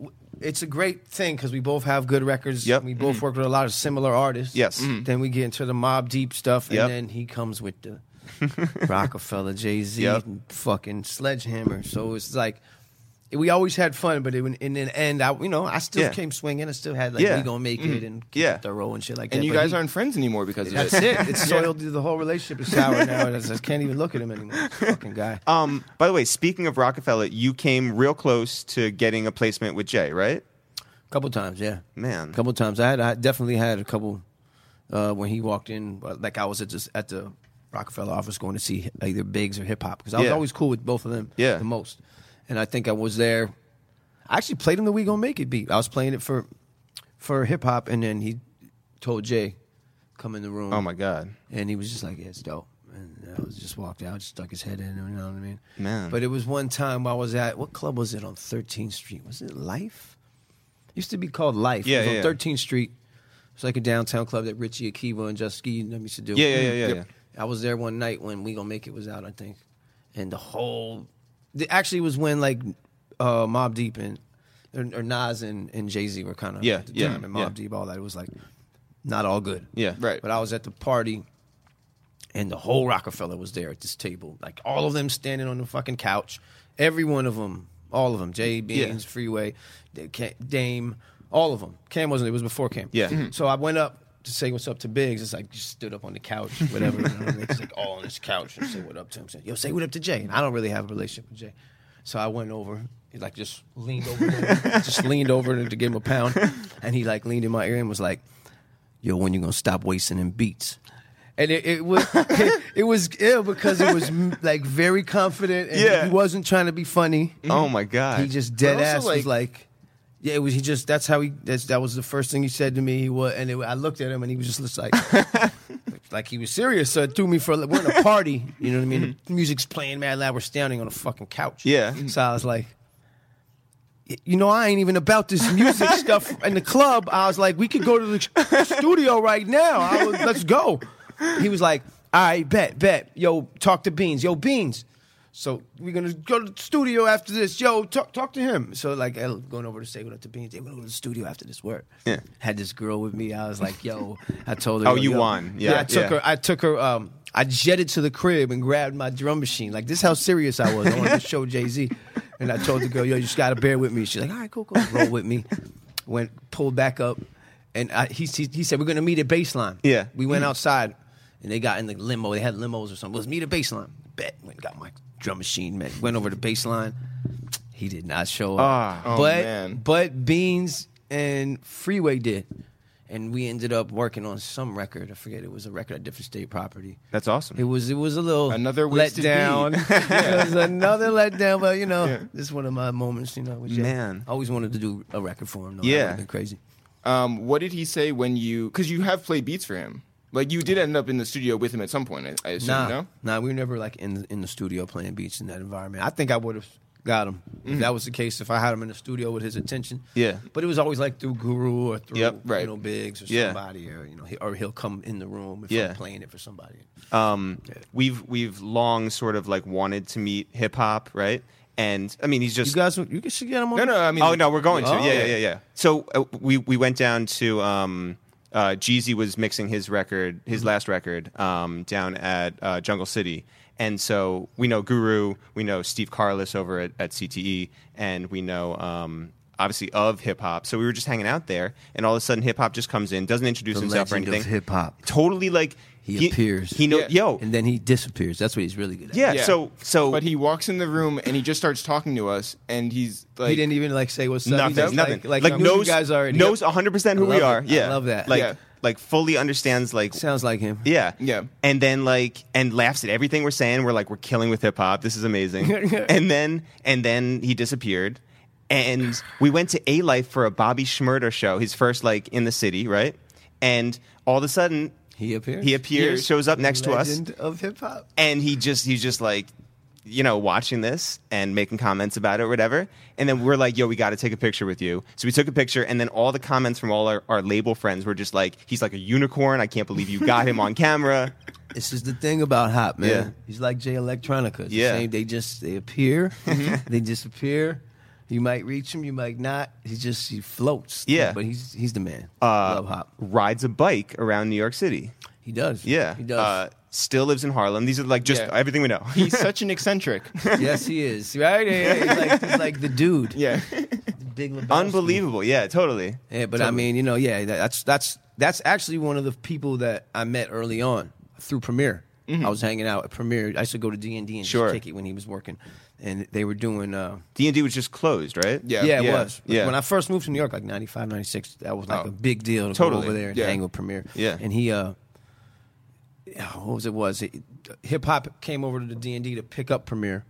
it's a great thing because we both have good records.
Yep. Mm-hmm.
We both work with a lot of similar artists.
Yes. Mhm.
Then we get into the mob deep stuff,
Yep.
and then he comes
*laughs*
with the Rockefeller, Jay Z,
Yep.
fucking sledgehammer. So it's like. We always had fun, but it, in the end, I you know I still
Yeah.
came swinging. I still had like
Yeah. Mm-hmm.
we gonna make it and keep
Yeah.
it thorough and shit like that.
and you
but
guys
he-
aren't friends anymore because
*laughs*
of
That's
*laughs* this.
it. It's soiled. The whole relationship is sour now. and I just can't even look at him anymore. Fucking guy.
Um. By the way, speaking of Rockefeller, you came real close to getting a placement with Jay, right?
couple times, yeah.
Man.
A couple times. I had I definitely had a couple uh, when he walked in. uh, Like I was at just at the Rockefeller office going to see either Biggs or hip hop because I was
Yeah.
always cool with both of them.
Yeah.
the most. And I think I was there. I actually played him the We Gonna Make It beat. I was playing it for for hip hop, and then he told Jay come in the room.
Oh my God.
And he was just like, yeah, it's dope. And I was just walked out, just stuck his head in, you know what I mean?
Man.
But it was one time I was at, what club was it on 13th Street? Was it Life? It used to be called Life.
Yeah,
It was
yeah,
on
yeah.
13th Street. It's like a downtown club that Richie Akiva and Just Ski and them used to do.
Yeah, yeah, yeah, yeah,
Yep. I was there one night when We Gonna Make It was out, I think. And the whole, the, actually, it was when like uh, Mob Deep and, or, or Nas and, and Jay Z were kind of,
Yeah,
at the
yeah,
time, and Mob
yeah.
Deep, all that. It was like, not all good.
Yeah.
Right.
But I was at the party, and the whole Rockefeller was there at this table. Like all of them standing on the fucking couch. Every one of them, all of them. Jay Beans, Freeway, D- Ca- Dame, all of them. Cam wasn't. It was before Cam.
Yeah. Mhm.
So I went up to say what's up to Biggs. It's like just stood up on the couch, whatever. you know what I mean? It's like all on this couch and say what up to him. Say yo, say what up to Jay. And I don't really have a relationship with Jay. So I went over, he like just leaned over, just leaned over to give him a pound, and he like leaned in my ear and was like, yo, when you gonna stop wasting them beats? And it, it *laughs* was it, was ill because it was m- like very confident and
Yeah.
he wasn't trying to be funny.
Oh my God.
He just dead
But also,
ass was like, yeah, it was. He just that's how he. That's, that was the first thing he said to me. He was, and it, I looked at him and he was
*laughs*
just like, like he was serious. So it threw me for. a li- We're in a party, you know what I mean? The music's playing mad loud. We're standing on a fucking couch.
Mm-hmm. Yeah.
So I was like. "Y- You know, I ain't even about this music stuff in the club. I was like, we could go to the studio right now. I was, let's go. He was like, all right, bet, bet. Yo, talk to Beans. Yo, Beans. So we're gonna go to the studio after this. Yo, talk talk to him. So like I going over to say what up to Beans. They went over to the studio after this work.
Yeah.
Had this girl with me. I was like, yo, I told her.
Oh,
yo,
you
yo.
won. Yeah,
I took
yeah.
her. I took her. Um, I jetted to the crib and grabbed my drum machine. Like this, is how serious I was. I wanted to show Jay Z, and I told the girl, "Yo, you just gotta bear with me." She's like, "All right, cool, cool, roll with me." Went pulled back up, and I, he, he he said, "We're gonna meet at baseline."
Yeah.
we went outside, and they got in the limo. They had limos or something. Let's meet at baseline. Bet went and got my drum machine. Man, went over to baseline. He did not show up,
Ah,
oh,
but
man.
but Beans and Freeway did. And we ended up working on some record. I forget it was a record at different state property.
That's awesome.
It was it was a little
Another wasted *laughs*
letdown. *laughs*
beat.
it was another letdown, but you know, this is one of my moments. You know, with Jay.
Man.
I always wanted to do a record for him. Though.
Yeah.
Yeah, been crazy.
Um, what did he say when you? Because you have played beats for him. Like you did end up in the studio with him at some point. I, I assume.
nah,
No.
nah, we were never like in in the studio playing beats in that environment. I think I would have got him if that was the case. If I had him in the studio with his attention,
Mm-hmm. Yeah.
But it was always like through Guru or through
Yep,
right.
you know Biggs or
Yeah.
somebody or you know he, or he'll come in the room if
Yeah.
I'm playing it for somebody.
um, we've we've long sort of like wanted to meet hip hop, right? And I mean, he's
You
just
guys, you guys should get him on.
No. No. I mean.
oh no, we're going to
Oh.
yeah, yeah, yeah, yeah. So uh, we we went down to um, uh, Jeezy was mixing his record, his
Mm-hmm.
last record, um, down at uh, Jungle City, and so we E, know Guru, we know Steve Carless over at, at CTE, and we know um, obviously of hip hop. So we were just hanging out there, and all of a sudden, hip hop just comes in, doesn't introduce himself or
legend of
anything.
hip-hop.
totally like
He appears.
He know,
Yeah.
yo,
and then he disappears. That's what he's really good at.
yeah,
Yeah.
So so
But he walks in the room and he just starts talking to us, and he's like,
he didn't even like say what's up. He
nothing,
just,
nothing.
Like, like, knows, you
knows
guys already.
knows hundred percent who
I
we
love
are.
it. I
Yeah,
love that.
Like
Yeah.
like fully understands like
sounds like him.
Yeah.
Yeah.
And then like and laughs at everything we're saying. We're like, we're killing with hip hop. This is amazing. and then and then he disappeared. And we went to A Life for a Bobby Schmurder show, his first like in the city, right? And all of a sudden
He appears.
he appears, shows up next
Legend
to us,
of hip hop.
and he just he's just like you know, watching this and making comments about it or whatever. And then we're like, yo, we got to take a picture with you. So we took a picture. And then all the comments from all our, our label friends were just like, he's like a unicorn. I can't believe you got him on camera.
This is the thing about hop, man.
Yeah.
He's like Jay Electronica. It's the
Yeah. Mm-hmm.
same. They just they appear, *laughs* they disappear. You might reach him, you might not. He just he floats.
Yeah. Uh,
but he's he's the man. Love hop.
rides a bike around New York City.
He does.
Yeah.
he does.
Uh, still lives in Harlem. These are like just
Yeah.
everything we know. *laughs*
he's such an eccentric.
*laughs* yes, he is. Right? Yeah, yeah, He's, like, he's like the dude.
yeah,
Big Lebowski.
Unbelievable. Yeah, totally.
Yeah, but I mean, you know, yeah, that- that's that's that's actually one of the people that I met early on through Premiere. I was hanging out at Premiere. I used to go to D and D and
Mm-hmm. Sure.
just kick it when he was working, and they were doing. Uh,
D&D was just closed, right?
Yeah.
yeah, it was.
yeah.
When I first moved to New York, like 95, 96, that was like
Oh.
a big deal to
Totally,
go over there and
yeah.
hang with Premiere.
Yeah.
and he, uh, oh, what was it? Was it, hip hop came over to the D and D to pick up Premiere.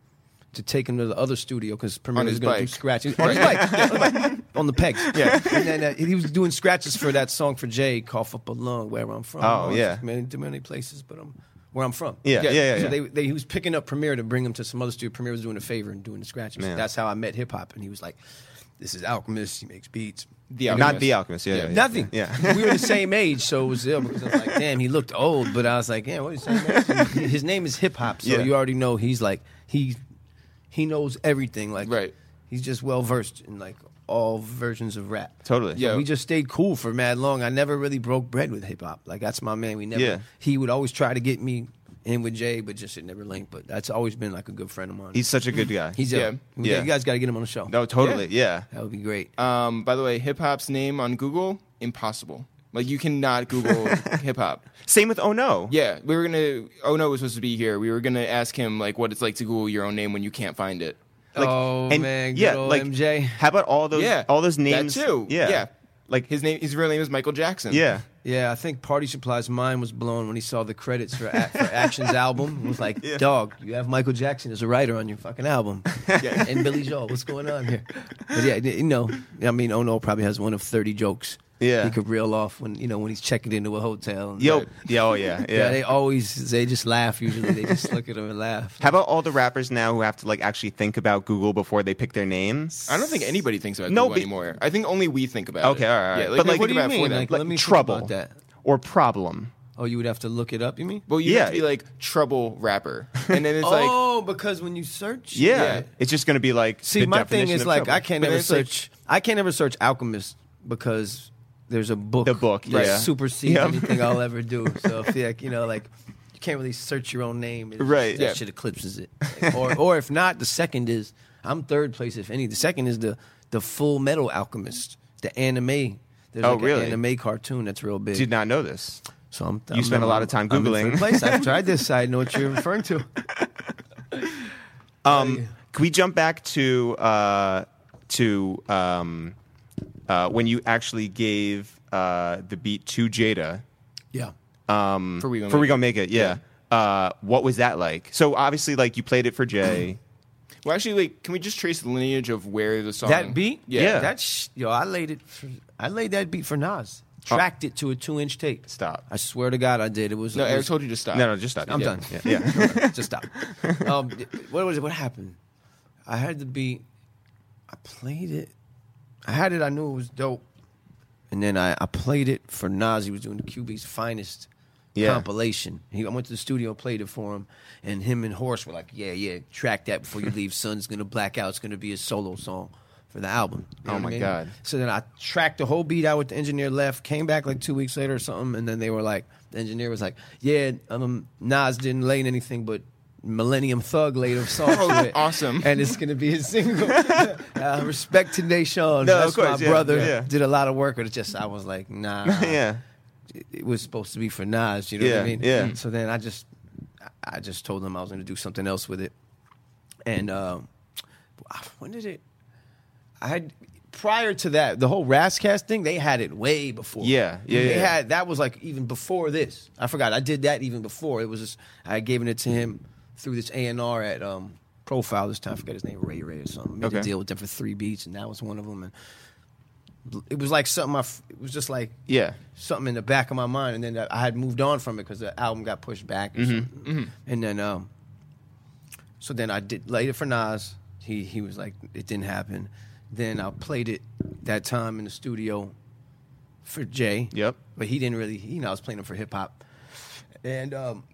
To take him to the other studio because Premiere
On
was
his
going to do
bike.
scratches on his bike, on the pegs. Yeah, and then uh, he was doing scratches for that song for Jay, "Cough Up a Lung," where I'm from.
Oh,
I was
yeah.
just many, too many places, but I'm where I'm from.
Yeah, yeah, yeah.
So
yeah.
They, they, he was picking up Premier to bring him to some other studio. Premier was doing a favor and doing the scratches.
Man.
That's how I met hip hop, and he was like, "This is Alchemist. He makes beats."
The
Not
Alchemist.
The Alchemist. Yeah, yeah, yeah.
Nothing.
Yeah.
we were the same age, so it was ill because I was like, "Damn, he looked old," but I was like, "Yeah, what is that?" His name is Hip Hop, so
Yeah.
you already know he's like he he knows everything. Like,
Right.
He's just well versed in like all versions of rap.
Totally.
So
Yeah.
we just stayed cool for mad long. I never really broke bread with hip hop. Like that's my man. We never.
Yeah.
He would always try to get me in with Jay, but just it never linked. But that's always been like a good friend of mine.
He's such a good guy.
he's
Yeah.
yeah.
Yeah.
You guys got to get him on the show.
no, totally. Yeah.
That would be great.
Um, by the way, hip hop's name on Google impossible. Like you
*laughs*
cannot Google hip hop.
Same with Oh No.
Yeah, we were gonna. Oh no, was supposed to be here. We were gonna ask him like what it's like to Google your own name when you can't find it.
Like,
oh
and-
man, good
yeah,
old
like
MJ.
How about all those
Yeah,
all those
that
names
too.
Yeah.
Yeah.
Like
His name, his real name is Michael Jackson.
Yeah.
Yeah, I think Party Supply's mind was blown when he saw the credits for, a- for Action's album. It was like,
Yeah.
dog, you have Michael Jackson as a writer on your
*laughs*
fucking album. And Billy Joel, what's going on here? But yeah, you know, I mean, Ono probably has one of 30 jokes
Yeah.
he could reel off when, you know, when he's checking into a hotel.
Yo. Yeah, oh yeah. Yeah.
Yeah, they always, they just laugh usually. They just look at him and laugh.
how about all the rappers now who have to like actually think about Google before they pick their names?
I don't think anybody thinks about
No,
Google
but-
anymore. I think only we think about it.
Okay, all right, all right.
Yeah, like,
But, like,
we think
what do
you
about it for
mean?
them.
Like, let me think
trouble
about that.
or problem.
Oh, you would have to look it up, you mean?
Well, you have to
Yeah.
be like trouble rapper, and
*laughs*
then it's like
oh, because when you search.
Yeah.
Yeah.
It's just going to be like
See,
the
my thing
definition
is
of
like
trouble.
I can't
But
ever
it's like-
search. I can't ever search alchemist because there's a book.
The book,
that
yeah.
supersedes
Yeah.
anything I'll
*laughs*
ever do. So if like you know, like you can't really search your own name. It's-
Right.
That
Yeah.
shit
*laughs*
eclipses it. Like, or or if not, the second is I'm third place if any. The second is the the Full Metal Alchemist, the anime. There's
Oh,
like
really?
An anime cartoon that's real big.
did not know this.
so I'm,
you spent a lot of time
I'm in
Googling.
third place. I've tried
*laughs*
this. I know what you're referring to.
Um, can we jump back to uh, to um, uh, when you actually gave uh, the beat to Jada
for
Yeah.
we gonna
Um, for
make
we gonna make it? Yeah. Uh, what was that like? So obviously, like you played it for
*laughs*
Jay.
It. Well, actually, like, can we just trace the lineage of where the song
That beat,
Um, Yeah,
Yeah.
That sh- yo, I laid it. For, I laid that beat for Nas.
Oh.
Tracked it to a two-inch tape.
Stop.
I swear to God, I did. It was.
no,
it
Eric
was-
told you to stop.
no, no, just stop.
I'm
Yeah.
done.
Yeah. yeah.
*laughs* Just stop. Um, what was it? What happened? I had the beat. I played it. I had it. I knew it was dope. And then I, I played it for Nas. He was doing the QB's finest
Yeah.
compilation. He, I went to the studio, played it for him, and him and Horse were like, "Yeah, yeah, track that before you leave. Sun's gonna black out. It's gonna be a solo song for the album." You know
Oh
what I
my
mean?
God.
So then I tracked the whole beat out with the engineer left, came back like two weeks later or something, and then they were like, the engineer was like, yeah, um, Nas didn't lay anything, but Millennium Thug laid
*laughs*
a song to it.
awesome.
And it's going to be a single. uh, respect to Nation. That's
course,
my
yeah,
brother.
yeah.
Did a lot of work, but it just, I was like,
*laughs*
nah.
*laughs* yeah.
It, it was supposed to be for Nas, you know what
Yeah,
I mean?
yeah.
So then I just, I- I just told them I was going to do something else with it. And um, when did it? I had, prior to that, the whole Rascast thing, they had it way before.
Yeah, yeah,
They
yeah.
had that was like even before this. I forgot. I did that even before. It was just I gave it to him through this A and R at um, Profile this time. I forget his name, Ray Ray or something. Made
Okay.
a deal with them for three beats, and that was one of them. And it was like something. I f- it was just like
Yeah.
something in the back of my mind, and then I had moved on from it because the album got pushed back, or something. and then um, so then I did later for Nas. He he was like, it didn't happen. Then I played it that time in the studio for Jay.
Yep.
But he didn't really. You know, I was playing him for hip hop, and um,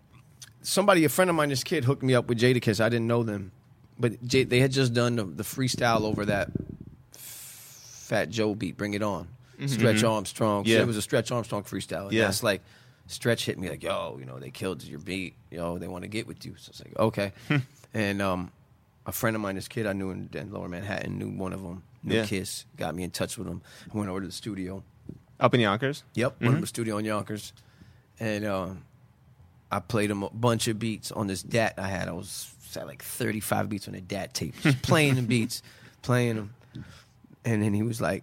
somebody, a friend of mine, this kid hooked me up with Jadakiss. I didn't know them, but J- they had just done the, the freestyle over that Fat Joe beat, Bring It On. Stretch Armstrong.
Mm-hmm. Yeah.
It was a Stretch Armstrong freestyle. And
Yeah.
That's like, Stretch hit me like, yo, you know, they killed your beat. Yo, they want to get with you. So it's like, okay.
Hmm.
and um, a friend of mine, this kid I knew in, in Lower Manhattan, knew one of them, knew
Yeah.
Kiss, got me in touch with him. I went over to the studio.
Up in Yonkers.
Yep, went to a studio in Yonkers, and um, I played him a bunch of beats on this DAT I had. I was at like thirty five beats on a DAT tape, just playing
*laughs*
the beats, playing them. And then he was like,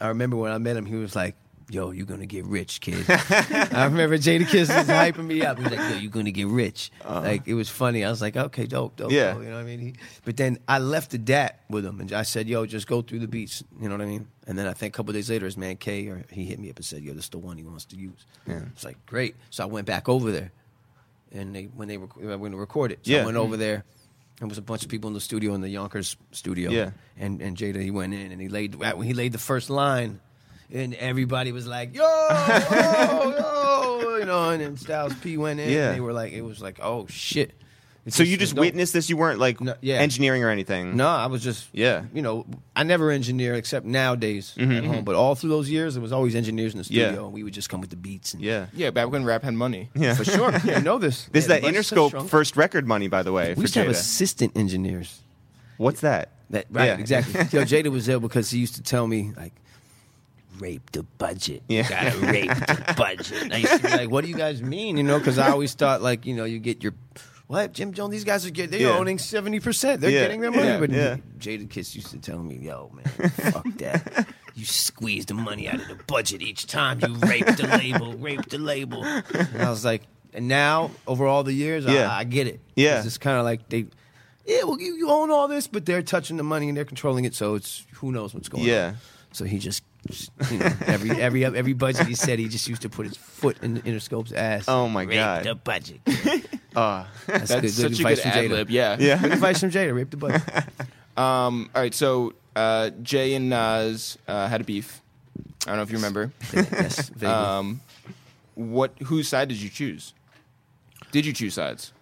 I remember when I met him, he was like, "Yo, you're gonna get
*laughs*
rich, kid." I remember Jada Kiss was hyping me up. He was like, "Yo, you're gonna get rich." Like it was funny. I was like, "Okay, dope, dope."
Uh-huh. Yeah.
dope, you know what I mean. He, but then I left the DAT with him, and I said, "Yo, just go through the beats." You know what I mean? And then I think a couple days later, his man K or he hit me up and said, "Yo, this is the one he wants to use."
Yeah.
It's like great. So I went back over there, and they when they rec- when to record it, so
Yeah.
I went over there. There was a bunch of people in the studio in the Yonkers studio.
Yeah.
And and Jada he went in and he laid when he laid the first line, and everybody was like, yo,
*laughs*
yo, yo, you know, and then Styles P went in.
Yeah.
And they were like, it was like, oh shit. It
So you
was
just
dope.
witnessed this. You weren't like
No, yeah.
engineering or anything.
No, I was just
Yeah. Mm-hmm,
You know, I never engineer except nowadays at home, but all through those years, it was always engineers in the
Yeah.
studio. and We would just come with the beats. And,
Yeah.
Yeah, back when rap had money.
Yeah. *laughs*
for sure. You know this.
This
Yeah,
is that
the budget's so
Interscope
strong.
first record money, by the way.
We
for
used to have
Jada.
assistant engineers.
What's that?
That right,
Yeah.
exactly. *laughs* Yo, Jada was there because he used to tell me like, rape the budget.
Yeah.
You gotta
*laughs*
rape the budget. And I used to be like, what do you guys mean? You know, because I always thought like, you know, you get your what Jim Jones. These guys are getting they're
Yeah.
owning seventy percent. They're
Yeah.
getting their money.
Yeah.
But
Yeah.
Jada Kiss used to tell me, yo
*laughs*
man, fuck that. You squeeze the money out of the budget each time you rape the label, rape the label. And I was like, and now over all the years,
Yeah.
I, I get it.
Yeah.
It's just kind of like they, yeah, well, you, you own all this, but they're touching the money and they're controlling it, so it's who knows what's going
Yeah.
on. So he just, you know, every every every budget he said he just used to put his foot in Interscope's ass.
Oh, my
Rape
God. *laughs*
the budget.
Uh,
That's,
That's such a good ad lib. Yeah.
*laughs*
Yeah.
Good advice from Jada. Rape the budget.
Um, all right. So uh, Jay and Nas uh, had a beef. I don't know if you remember.
*laughs*
yes. vaguely.
Um, what? Whose side did you choose? Did you choose sides?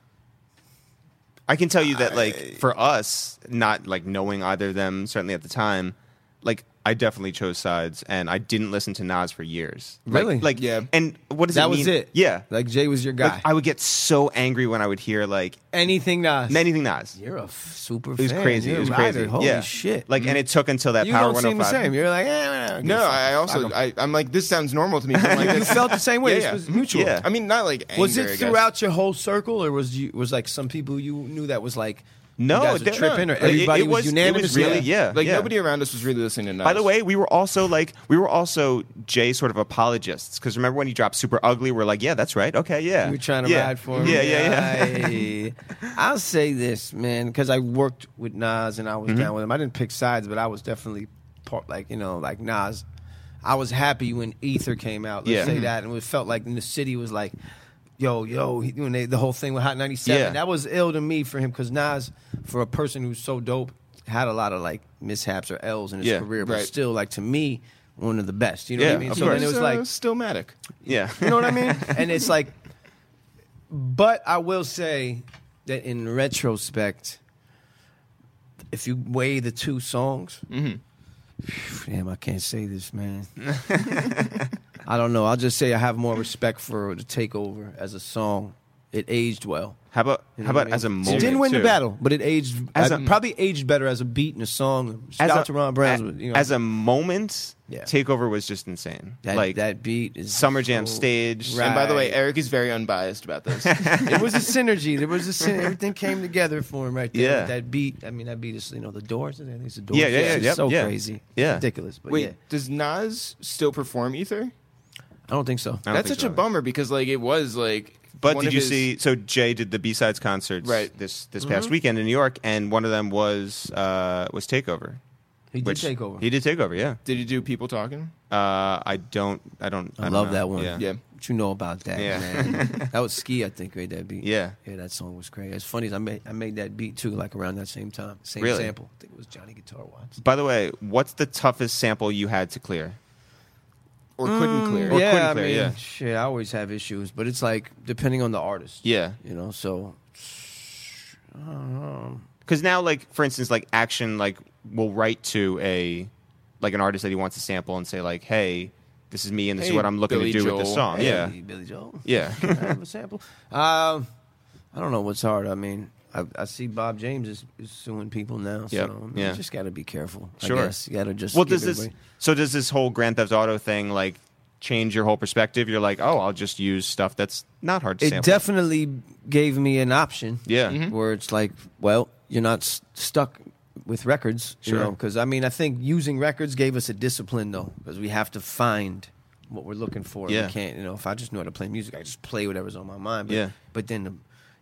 I can tell you that, like, for us, not like knowing either of them, certainly at the time, like, I definitely chose sides, and I didn't listen to Nas for years. Like-
Really?
Like,
Yeah.
And what does
that
it
was
mean?
it.
Yeah.
Like Jay was your guy.
Like, I would get so angry when I would hear like
Anything Nas.
anything Nas.
You're a f- super.
It was
fan.
crazy.
You're
It was
a
crazy.
rider. Holy
yeah.
shit.
Like, and it took until that
you
Power
don't seem the
105.
same. You're like, eh,
No, I also I, I'm like this sounds normal to me.
*laughs*
I'm like,
you
this-
felt the same way.
Yeah,
This
yeah.
was mutual.
Yeah.
I mean, not like anger,
Was
I
it
guess.
throughout your whole circle, or was you was like some people you knew that was like
No,
you guys were
there-
tripping, or
it-
everybody
it
was,
was- it was
unanimous?
really- yeah,
like
yeah.
nobody around us was really listening to Nas.
By the way, we were also like we were also Jay sort of apologists because remember when he dropped Super Ugly, we're like, yeah, that's right, okay, yeah.
You were trying to
yeah.
ride for him.
Yeah, yeah, yeah.
yeah. I'll say this, man, because I worked with Nas and I was
Mm-hmm.
down with him. I didn't pick sides, but I was definitely part, like you know, like Nas. I was happy when Ether came out. Let's
Yeah. Mm-hmm.
say that, and it felt like the city was like, yo, yo, he- when they, the whole thing with Hot ninety seven.
Yeah.
That was ill to me for him because Nas, for a person who's so dope, had a lot of like mishaps or L's in his
Yeah,
career, but
right.
still, like to me, one of the best. You know what
Yeah,
I mean?
of
So then it
course.
was like
stillmatic.
*laughs* yeah.
you know what I mean? and it's like, but I will say that in retrospect, if you weigh the two songs,
Mm-hmm.
damn, I can't say this,
*laughs*
man. I don't know. I'll just say I have more respect for the takeover as a song It aged well.
How about how about as a
It
moment?
didn't win the
too?
battle, but it aged.
As
I-
a-
probably aged better as a beat and a song. Shout
As
out
a-
to Ron Brown's. but, you know,
as a moment,
Yeah.
Takeover was just insane.
that,
like
that beat is
Summer Jam
so-
stage.
Right.
And by the way, Eric is very unbiased about
*laughs*
this.
it was a synergy. There was a syn-
*laughs*
everything came together for him right there.
Yeah.
with That beat. I mean, that beat is you know the Doors. I think it's the Doors.
Yeah, yeah, yeah,
It's
yep,
so
yeah.
crazy.
Yeah.
it's ridiculous. But
Wait,
yeah,
does Nas still perform Ether?
I don't think so.
I don't
That's
think so.
such a bummer because like it was like.
But
one
did
of
you
his-
see? So Jay did the B sides concerts
Right.
this this past
Mm-hmm.
weekend in New York, and one of them was uh, was Takeover.
He did
which-
take over.
He did Takeover. Yeah.
Did he do people talking?
Uh, I don't. I don't.
I
don't
love
know.
that one.
uh-huh. Yeah.
Yeah.
What you know about that?
Yeah.
man?
*laughs*
that was Ski. I think made that beat.
Yeah.
yeah, that song was crazy. It's funny. is I made I made that beat too, like around that same time, same
Really?
sample. I think it was Johnny Guitar Watts.
By the way, what's the toughest sample you had to clear? Mm,
Or couldn't clear?
Or
Mm, yeah,
Queen
I
Claire,
mean,
yeah.
shit. I always have issues, but it's like depending on the artist.
Yeah.
you know. So I don't know.
Because now, like for instance, like Action, like will write to a like an artist that he wants to sample and say like, "Hey, this is me, and this is
Hey,
what I'm looking
Billy
to do with this
Joel.
song." Oh, Yeah.
Hey, Billy Joel.
Yeah.
*laughs* Can I have a sample. Um, I don't know what's hard. I mean, I, I see Bob James is, is suing people now. So
Yep.
I mean,
Yeah.
you just got to be careful.
Sure.
I guess. You got to just.
well,
give
does this?
everybody-
So does this whole Grand Theft Auto thing like change your whole perspective? You're like, "Oh, I'll just use stuff that's not hard to
It
sample."
definitely gave me an option.
Yeah. Mhm.
Where it's like, well, you're not s- stuck with records, you
Sure.
know, because I mean, I think using records gave us a discipline though, because we have to find what we're looking for.
Yeah.
We can't, you know, if I just knew how to play music, I just play whatever's on my mind. But,
Yeah.
But then the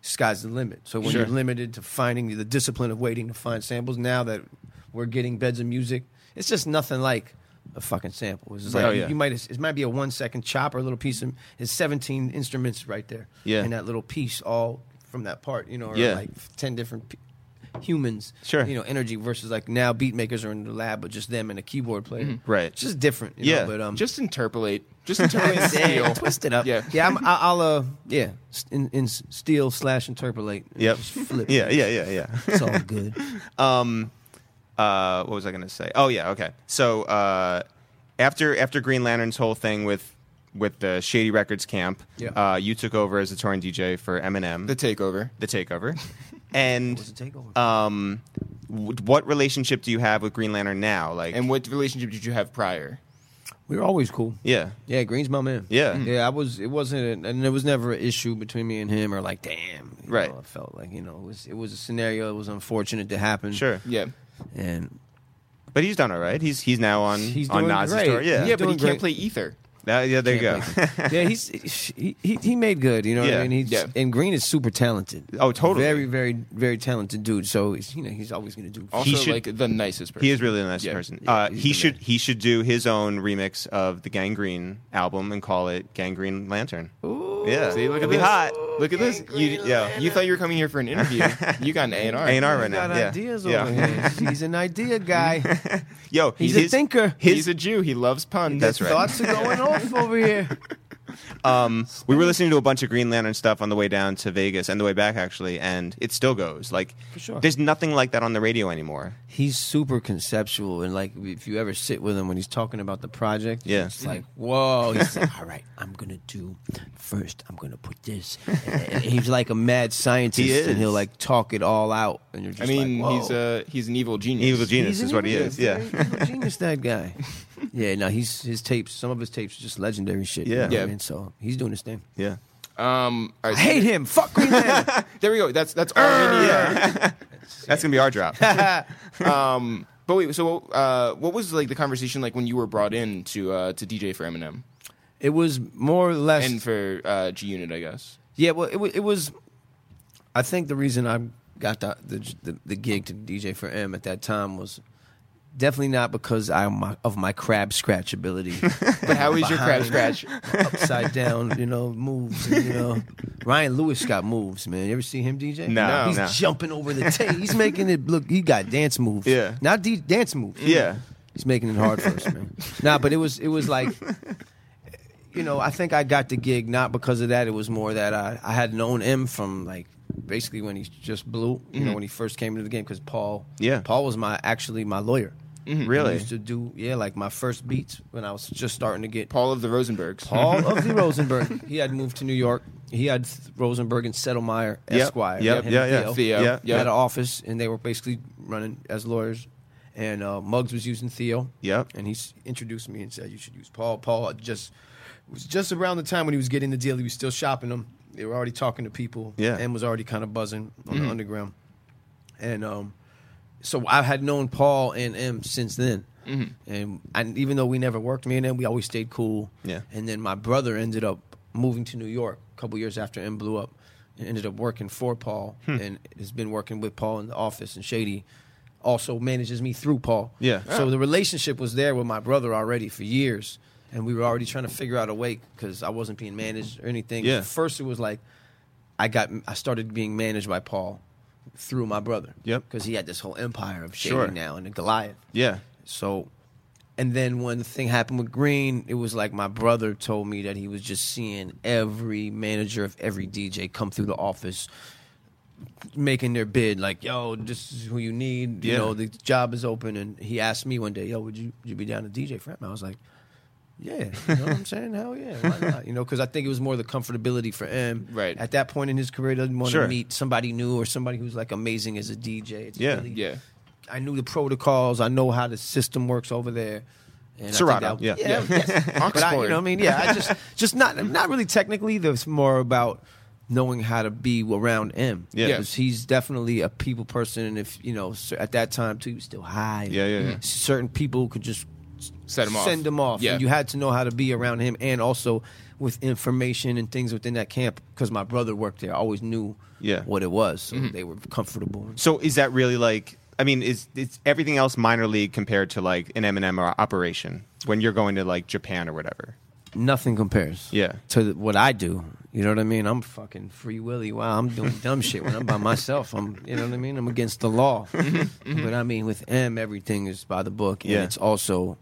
sky's the limit. So when
Sure.
you're limited to finding the discipline of waiting to find samples, now that we're getting beds of music, it's just nothing like. A fucking sample. It's just like
Oh,
you-
yeah.
you might it might be a one second chop or a little piece of it's seventeen instruments right there
Yeah.
and that little piece all from that part, you know, or
Yeah.
like ten different pe- humans,
Sure.
you know, energy versus like now beat makers are in the lab, but just them and a keyboard player,
Mm-hmm. Right.
It's just different, you
Yeah.
Know? But um,
Just interpolate. Just interpolate
*laughs*
and
yeah,
steal.
twist it up,
Yeah.
yeah. I'm, I- I'll uh, yeah, s- in, in s- steal slash interpolate,
Yep.
Just flip,
Yeah, yeah, yeah, yeah.
it's all
*laughs*
good.
um uh what was i gonna say oh yeah okay so uh after after green lantern's whole thing with with the shady records camp
Yeah.
uh you took over as a touring dj for eminem
The takeover.
the
*laughs*
takeover and
It's a takeover.
um w- what relationship do you have with green lantern now like
And what relationship did you have prior?
we were always cool.
yeah
Yeah, Green's my man.
Yeah. Mm.
yeah. I was. It wasn't, a, and there was never an issue between me and him, or like, damn, you
Right.
Know, I felt like you know, it was it was a scenario. It was unfortunate to happen.
sure
Yeah.
and
but he's done all right he's he's now on
He's
on
doing
Nas's
great.
tour yeah
Yeah,
He's
but he
doing
can't
great.
play Ether.
That- yeah there you go
can't play- yeah, he's he, he he made good. You know what
Yeah,
I mean? He's,
yeah.
And Green is super talented.
Oh, totally.
Very, very, very talented dude. So he's, you know he's always going to do.
Also,
should-
like the nicest
*laughs*
person.
he is really a nice
Yeah.
person.
Yeah,
uh,
he's
he
the
should
man.
he should do his own remix of the Gangrene album and call it Gangrene Lantern.
Ooh.
Yeah,
See, look
It'll
at
be
this.
hot.
Look at this. You,
Yeah.
you thought you were coming here for an interview. You got an A
*laughs*
and R.
A&R
He's
right now.
got
yeah.
ideas
yeah.
over here. He's an idea guy.
*laughs* Yo,
He's
his,
a thinker.
He's a Jew. He loves puns.
That's right.
Thoughts are going off over here.
Um, we were listening to a bunch of Green Lantern stuff on the way down to Vegas and the way back actually, and it still goes. Like,
sure.
there's nothing like that on the radio anymore.
he's super conceptual and like if you ever sit with him when he's talking about the project
Yeah.
it's like whoa he's like all right i'm gonna do first i'm gonna put this And he's like a mad scientist
He is.
and he'll like talk it all out and you're
I
just
mean,
like, whoa.
he's a he's an evil genius.
Evil genius
He's an
is what he
evil-
is. Yeah.
he's an evil genius that guy *laughs* yeah no he's his tapes some of his tapes are just legendary shit you
Yeah.
know what I
Yeah.
mean? so he's doing his thing
yeah.
Um, all right,
i hate him fuck green lantern
There we go. That's that's all
*laughs*
we need.
*laughs* That's gonna be our drop.
*laughs* Um, but wait. So, uh, what was like the conversation like when you were brought in to uh, to DJ for Eminem
it was more or less
and for uh, G Unit, I guess.
Yeah, well, it, wa- it was. I think the reason I got the, the the the gig to DJ for M at that time was definitely not because I my, of my crab scratch ability.
*laughs* But how is your crab
Behind
scratch?
upside down, you know, moves. and, you know, Ryan Lewis got moves, man. You ever see him DJ?
No, No.
he's
no.
jumping over the tape. He's making it look. He got dance moves.
Yeah.
not D- dance moves.
Yeah.
he's making it hard for us, man. Nah, but it was it was like. You know, I think I got the gig not because of that. It was more that I, I had known him from like basically when he just blew. You know, when he first came into the game because Paul.
Mm-hmm. Yeah. Mm-hmm.
Paul was my actually my lawyer.
Really?
I used to do yeah, like my first beats when I was just starting to get
Paul of the Rosenbergs.
Paul of
*laughs*
the Rosenberg. He had moved to New York. He had Rosenberg and Settlemeyer
Yep,
Esquire.
yep,
and
yeah, yeah.
Theo.
Theo,
Yeah.
They
yeah.
had an office, and they were basically running as lawyers. And uh, Muggs was using Theo.
Yep.
And he s- introduced me and said, "You should use Paul." Paul had just it was just around the time when he was getting the deal. He was still shopping them. They were already talking to people.
Yeah. Mm-hmm.
And was already kind of buzzing on the underground. And um, so I had known Paul and M since then.
Mm-hmm.
And I, even though we never worked, me and M, we always stayed cool.
Yeah.
And then my brother ended up moving to New York a couple years after M blew up and ended up working for Paul
Hmm.
and has been working with Paul in the office. And Shady also manages me through Paul.
Yeah.
So the relationship was there with my brother already for years. And we were already trying to figure out a way because I wasn't being managed or anything.
Yeah.
First, it was like, I got I started being managed by Paul through my brother.
Yep.
Because he had this whole empire of shady
Sure.
now and the Goliath.
Yeah.
So, and then when the thing happened with Green, it was like my brother told me that he was just seeing every manager of every DJ come through the office making their bid like yo this is who you need you
Yeah.
know the job is open and he asked me one day yo would you, would you be down to dj for him i was like yeah, you know what I'm saying? Hell yeah, why not? You know, because I think it was more the comfortability for him.
Right.
At that point in his career, doesn't want
Sure.
to meet somebody new or somebody who's like amazing as a DJ. It's
Yeah.
really-
Yeah.
I knew the protocols. I know how the system works over there. And I think
Serato,
that-
yeah.
yeah,
*laughs*
yes. but I, you know what I mean? Yeah, I just, *laughs* just not, not really technically. There's more about knowing how to be around him.
Yeah.
because he's definitely a people person, and if you know, cer- at that time too, he was still high. Mm-hmm.
Yeah, yeah, yeah.
Certain people could just
Set him off.
Send him off.
Yeah.
And you had to know how to be around him and also with information and things within that camp because my brother worked there. I always knew
Yeah.
what it was. So
Mm-hmm.
they were comfortable.
So is that really like? I mean, is it's everything else minor league compared to like an Eminem or operation when you're going to like Japan or whatever?
Nothing compares.
Yeah.
To the, what I do. You know what I mean? I'm fucking free willy. Wow, I'm doing dumb shit when I'm by myself. I'm, you know what I mean? I'm against
*laughs*
the law. but I mean, with M, everything is by the book, and
Mm-hmm. Yeah.
it's also,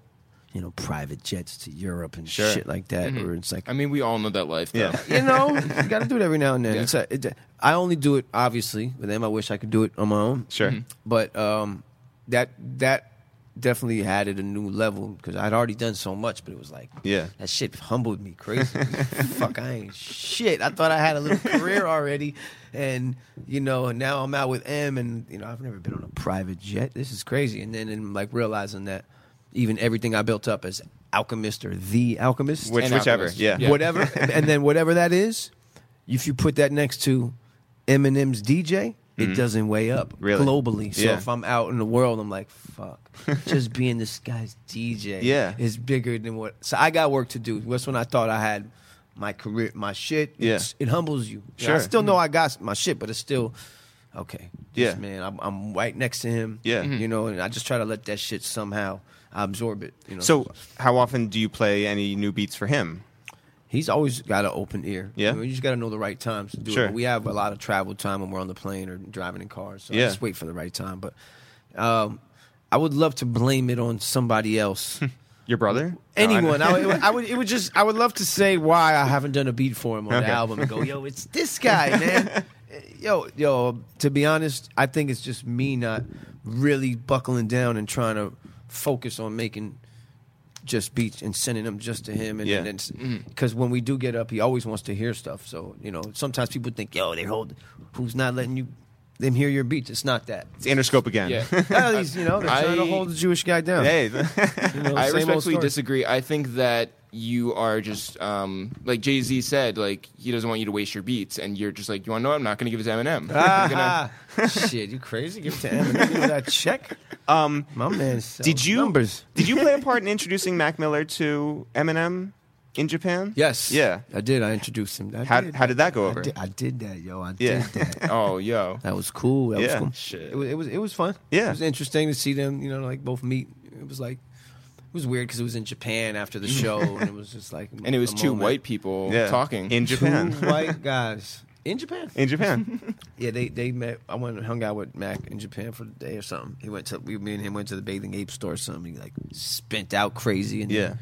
you know, private jets to Europe and
Sure. Mm-hmm.
shit like that. Or it's like
I mean, we all know that life. Though.
Yeah.
you
*laughs*
know, you got to do it every now and then.
Yeah.
It's a, it, I only do it obviously with them. I wish I could do it on my own.
Sure.
but um, that that definitely added a new level because I'd already done so much, but it was like,
Yeah.
that shit humbled me crazy. *laughs* Fuck, I ain't shit. I thought I had a
*laughs*
little career already, and you know, and now I'm out with M, and you know, I've never been on a private jet. This is crazy. And then, and like realizing that even everything I built up as alchemist or the alchemist,
Which,
And
whichever.
Alchemist.
Yeah.
Yeah.
whatever, and then whatever that is, if you put that next to Eminem's DJ, it doesn't weigh up
Mm-hmm. Really?
globally. So
Yeah.
if I'm out in the world, I'm
*laughs*
like, fuck, just being this guy's DJ
Yeah.
is bigger than what. So I got work to do. That's when I thought I had my career, my shit.
Yeah.
It's- it humbles you. You know,
Sure. Mm-hmm.
I still know I got my shit, but it's still okay.
Yeah.
This man, I'm, I'm right next to him.
Yeah. Mhm.
you know, and I just try to let that shit somehow I absorb it. You know,
So how often do you play any new beats for him?
He's always got an open ear.
Yeah.
I mean, you just got to know the right times to do
Sure.
it. But we have a lot of travel time when we're on the plane or driving in cars. So I
Yeah.
just wait for the right time. But um, I would love to blame it on
*laughs*
somebody else.
Your brother?
Anyone. I, would, I would. It would just. I would love to say why I haven't done a beat for him on
Okay.
the album and go, yo, it's this guy, man. *laughs* yo, yo. To be honest, I think it's just me not really buckling down and trying to focus on making just beats and sending them just to him and
Yeah.
because when we do get up he always wants to hear stuff so you know sometimes people think yo they hold who's not letting you them hear your beats it's not that
It's Interscope again.
Yeah. *laughs*
Well, he's, you know they're trying to
I-
hold the jewish guy
*laughs*
down
hey.
You know,
I
same old
respectfully
story.
disagree. I think that you are just um, like Jay Z said, like he doesn't want you to waste your beats, and you're just like, you want to know? what? I'm not going to give his Eminem. I'm gonna-
Ah, *laughs* shit, you crazy? Give it to him. Give me that check.
um,
My man.
did you
numbers?
did you play a
*laughs*
part in introducing Mac Miller to Eminem in Japan?
Yes.
Yeah.
I did. I introduced him. I
How
did.
how did that go
I
over?
did, I did that, yo. I
Yeah.
did that.
Oh, yo.
That was cool. That
Yeah.
was cool.
Shit.
It was, it was it was fun.
Yeah.
It was interesting to see them. You know, like both meet. It was like it was weird because it was in Japan
*laughs*
after the show, and it was just like
And it was
a
two
moment.
white people
Yeah.
talking.
in
two
Japan.
white guys in Japan.
*laughs* in
*laughs*
Japan.
Yeah, they they met. I went and hung out with Mac in Japan for the day or something. He went to we me and him went to the Bathing Ape store or something. He like spent out crazy and
Yeah.
then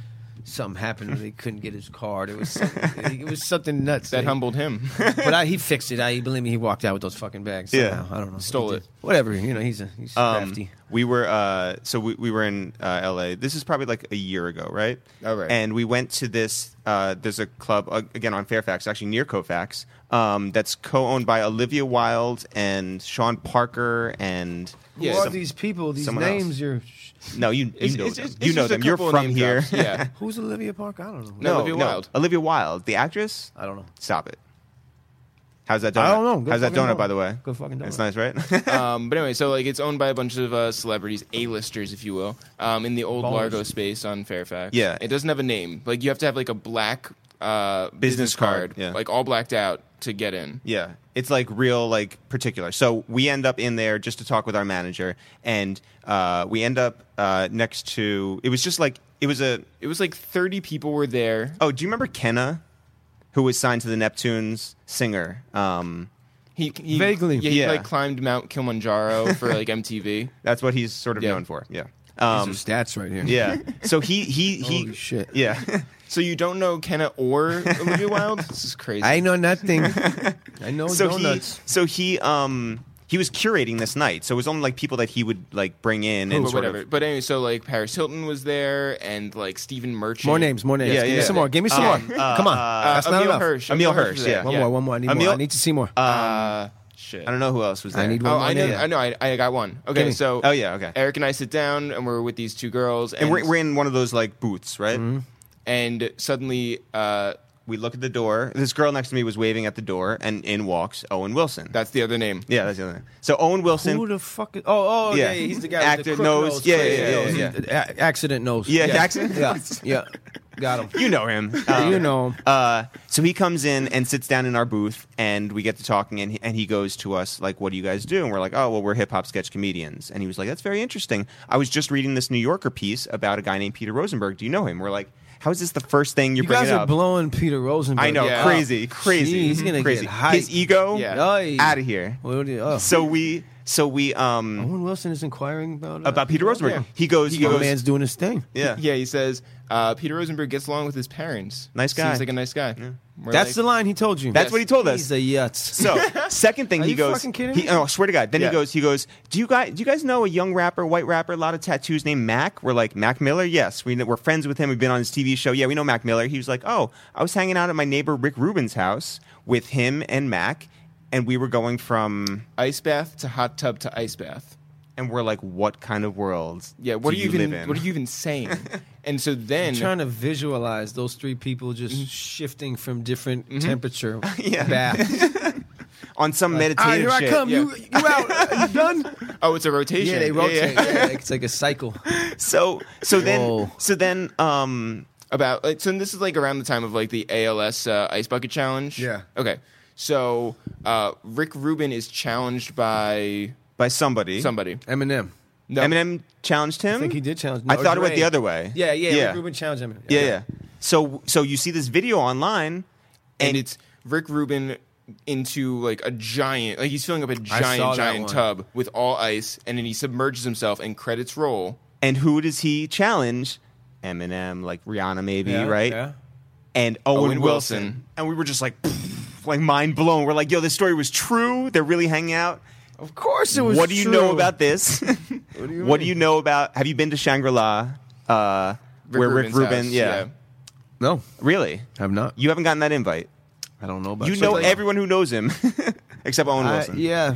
something
*laughs*
happened where they couldn't get his card. It was something, it was something nuts.
that
They-
humbled him.
but I, he fixed it. I believe me, he walked out with those fucking bags.
Yeah.
somehow. I don't know.
Stole
He
it.
did. Whatever. You know, he's a he's
Um,
crafty.
We were uh, so we, we were in uh, L.A. This is probably like a year ago, right?
All right.
And we went to this. Uh, there's a club uh, again on Fairfax, actually near Kofax, um, that's co-owned by Olivia Wilde and Sean Parker and
Who
Yeah,
are
some-
these people? These
someone else.
names? You're.
no, you you
It's-
know
it's
them.
just-
you
it's
know
just a
them. You're
couple of
from
name
here. *laughs*
drops. Yeah.
Who's Olivia Park? I don't
No,
know.
Olivia Wilde.
Olivia Wilde, the actress.
I don't know.
Stop it. How's that donut?
I don't know. Good
How's that
fucking
donut, by the way?
Good fucking Uh, donut.
It's nice,
*laughs*
right?
um, but anyway, so like it's owned by a bunch of uh, celebrities, A-listers, if you will, um, in the old
Ballers.
Largo space on Fairfax.
Yeah.
it doesn't have a name. Like you have to have like a black uh, business,
card,
card,
yeah.
like all blacked out to get in.
*laughs* Yeah, it's like real, like particular. So we end up in there just to talk with our manager, and uh, we end up uh, next to. It was just like it was a.
It was like thirty people were there.
Oh, do you remember Kenna, who was signed to the Neptunes singer? Um,
He, he
Vaguely.
yeah, he
Yeah.
like climbed Mount Kilimanjaro for
*laughs*
like MTV.
that's what he's sort of
Yeah.
known for. Yeah.
These
Um,
are stats right here. *laughs*
yeah. So he he he.
Holy shit.
Yeah. *laughs*
So you don't know Kenna or Olivia Wilde? This is crazy.
I know
*laughs*
nothing. I know
so
Oh, donuts.
he so he um he was curating this night. So it was only like people that he would like bring in
Oh,
and
but
sort
whatever.
of.
But anyway, so like Paris Hilton was there, and like Stephen Merchant.
more names, more names.
Yeah,
give
yeah.
me some more. Give me some
Um,
more.
uh,
Come on.
uh,
Uh,
That's not
Emile
enough.
Hirsch.
Emile
Hirsch
Hirsch,
was there.
yeah.
One more, one more. I need
Emil-
more. I need to see more.
Uh, shit.
I don't know who else was there.
I need one
Oh,
more
I know.
name.
I know. I, I got one.
Give
Okay,
me.
so
Oh, yeah, okay.
Eric and I sit down, and we're with these two girls, and
And we're, we're in one of those like booths, right?
Mm-hmm.
and suddenly, uh,
We look at the door. This girl next to me was waving at the door, and in walks Owen Wilson.
that's the other name.
yeah, that's the other name. So Owen Wilson.
Who the fuck is? Oh, oh,
Yeah.
yeah, yeah he's the guy. with the
Actor
crook
nose. Yeah,
crazy
yeah, yeah,
nose.
yeah,
A- accident nose.
yeah,
Yeah.
Jackson. *laughs*
yeah, yeah. Got him.
You know him.
*laughs*
Um,
you know him.
Uh, so he comes in and sits down in our booth, and we get to talking, and he, and he goes to us like, "What do you guys do?" And we're like, "Oh, well, we're hip hop sketch comedians." And he was like, "That's very interesting. I was just reading this New Yorker piece about a guy named Peter Rosenberg. Do you know him?" We're like, "How is this the first thing you're
You
bringing
guys are
up?"
blowing Peter Rosenberg.
I know,
Yeah.
crazy,
up.
crazy.
Gee, he's gonna
crazy.
get hyped.
His ego,
Yeah.
Oy.
out of here.
What do you- oh.
So we, so we, um,
Owen Wilson is inquiring about uh,
about Peter Rosenberg.
Yeah.
He goes, he
My
goes,
"Oh, man's doing his thing.
yeah,
*laughs* yeah. He says uh, Peter Rosenberg gets along with his parents.
Nice guy.
Seems like a nice guy. We're
That's
like-
the line he told you.
That's what he told us.
He's a yutz. *laughs*
So second thing
Are
he
you
goes,
fucking kidding
he,
me?
oh, I swear to God. Then
Yeah.
he goes, he goes, do you guys do you guys know a young rapper, white rapper, a lot of tattoos named Mac? We're like Mac Miller. Yes, we know, we're friends with him. We've been on his TV show. Yeah, we know Mac Miller. He was like, oh, I was hanging out at my neighbor Rick Rubin's house with him and Mac, and we were going from,
ice bath to hot tub to ice bath.
and we're like, what kind of world?
Yeah. What
do
are you,
live in?
even? What are you
*laughs*
even saying? and so then
I'm trying to visualize those three people just shifting from different temperature
Mm-hmm. *laughs* Yeah.
baths.
on some
All
*laughs* meditative
right, "Ah, here I
shit.
come.
yeah.
You, you out?
*laughs*
you done?
Oh, it's a rotation.
Yeah, they
yeah.
rotate. Yeah, it's like a cycle.
So so then
Whoa.
so then um
About like, so this is like around the time of like the ALS uh, ice bucket challenge.
Yeah.
Okay. So uh, Rick Rubin is challenged by
by somebody,
somebody.
Eminem.
No.
Eminem challenged him.
I think he did challenge.
I
no,
thought it went
Dre.
the other way.
Yeah, yeah.
yeah.
Ruben challenged Eminem.
Yeah, yeah. So so you see this video online, and,
and it's Rick Rubin into like a giant, like he's filling up a
saw
giant,
that
giant
one.
tub with all ice, and then he submerges himself, and credits roll.
and who does he challenge? Eminem, like Rihanna, maybe
Yeah,
right?
yeah.
And Owen,
Owen
Wilson.
Wilson.
and we were just like, pff, like mind blown. We're like, yo, this story was true. They're really hanging out.
Of course it was.
What do you
true.
know about
*laughs*
this? *laughs* what
do you mean?
know about? Have you been to Shangri La? Uh, where Rick
Rubin's
Rubin?
house,
Yeah.
No,
really.
I've not.
You haven't gotten that invite.
I don't know about.
You
it.
know
Oh, So, like,
everyone who knows him, *laughs* except Owen
I,
Wilson.
yeah,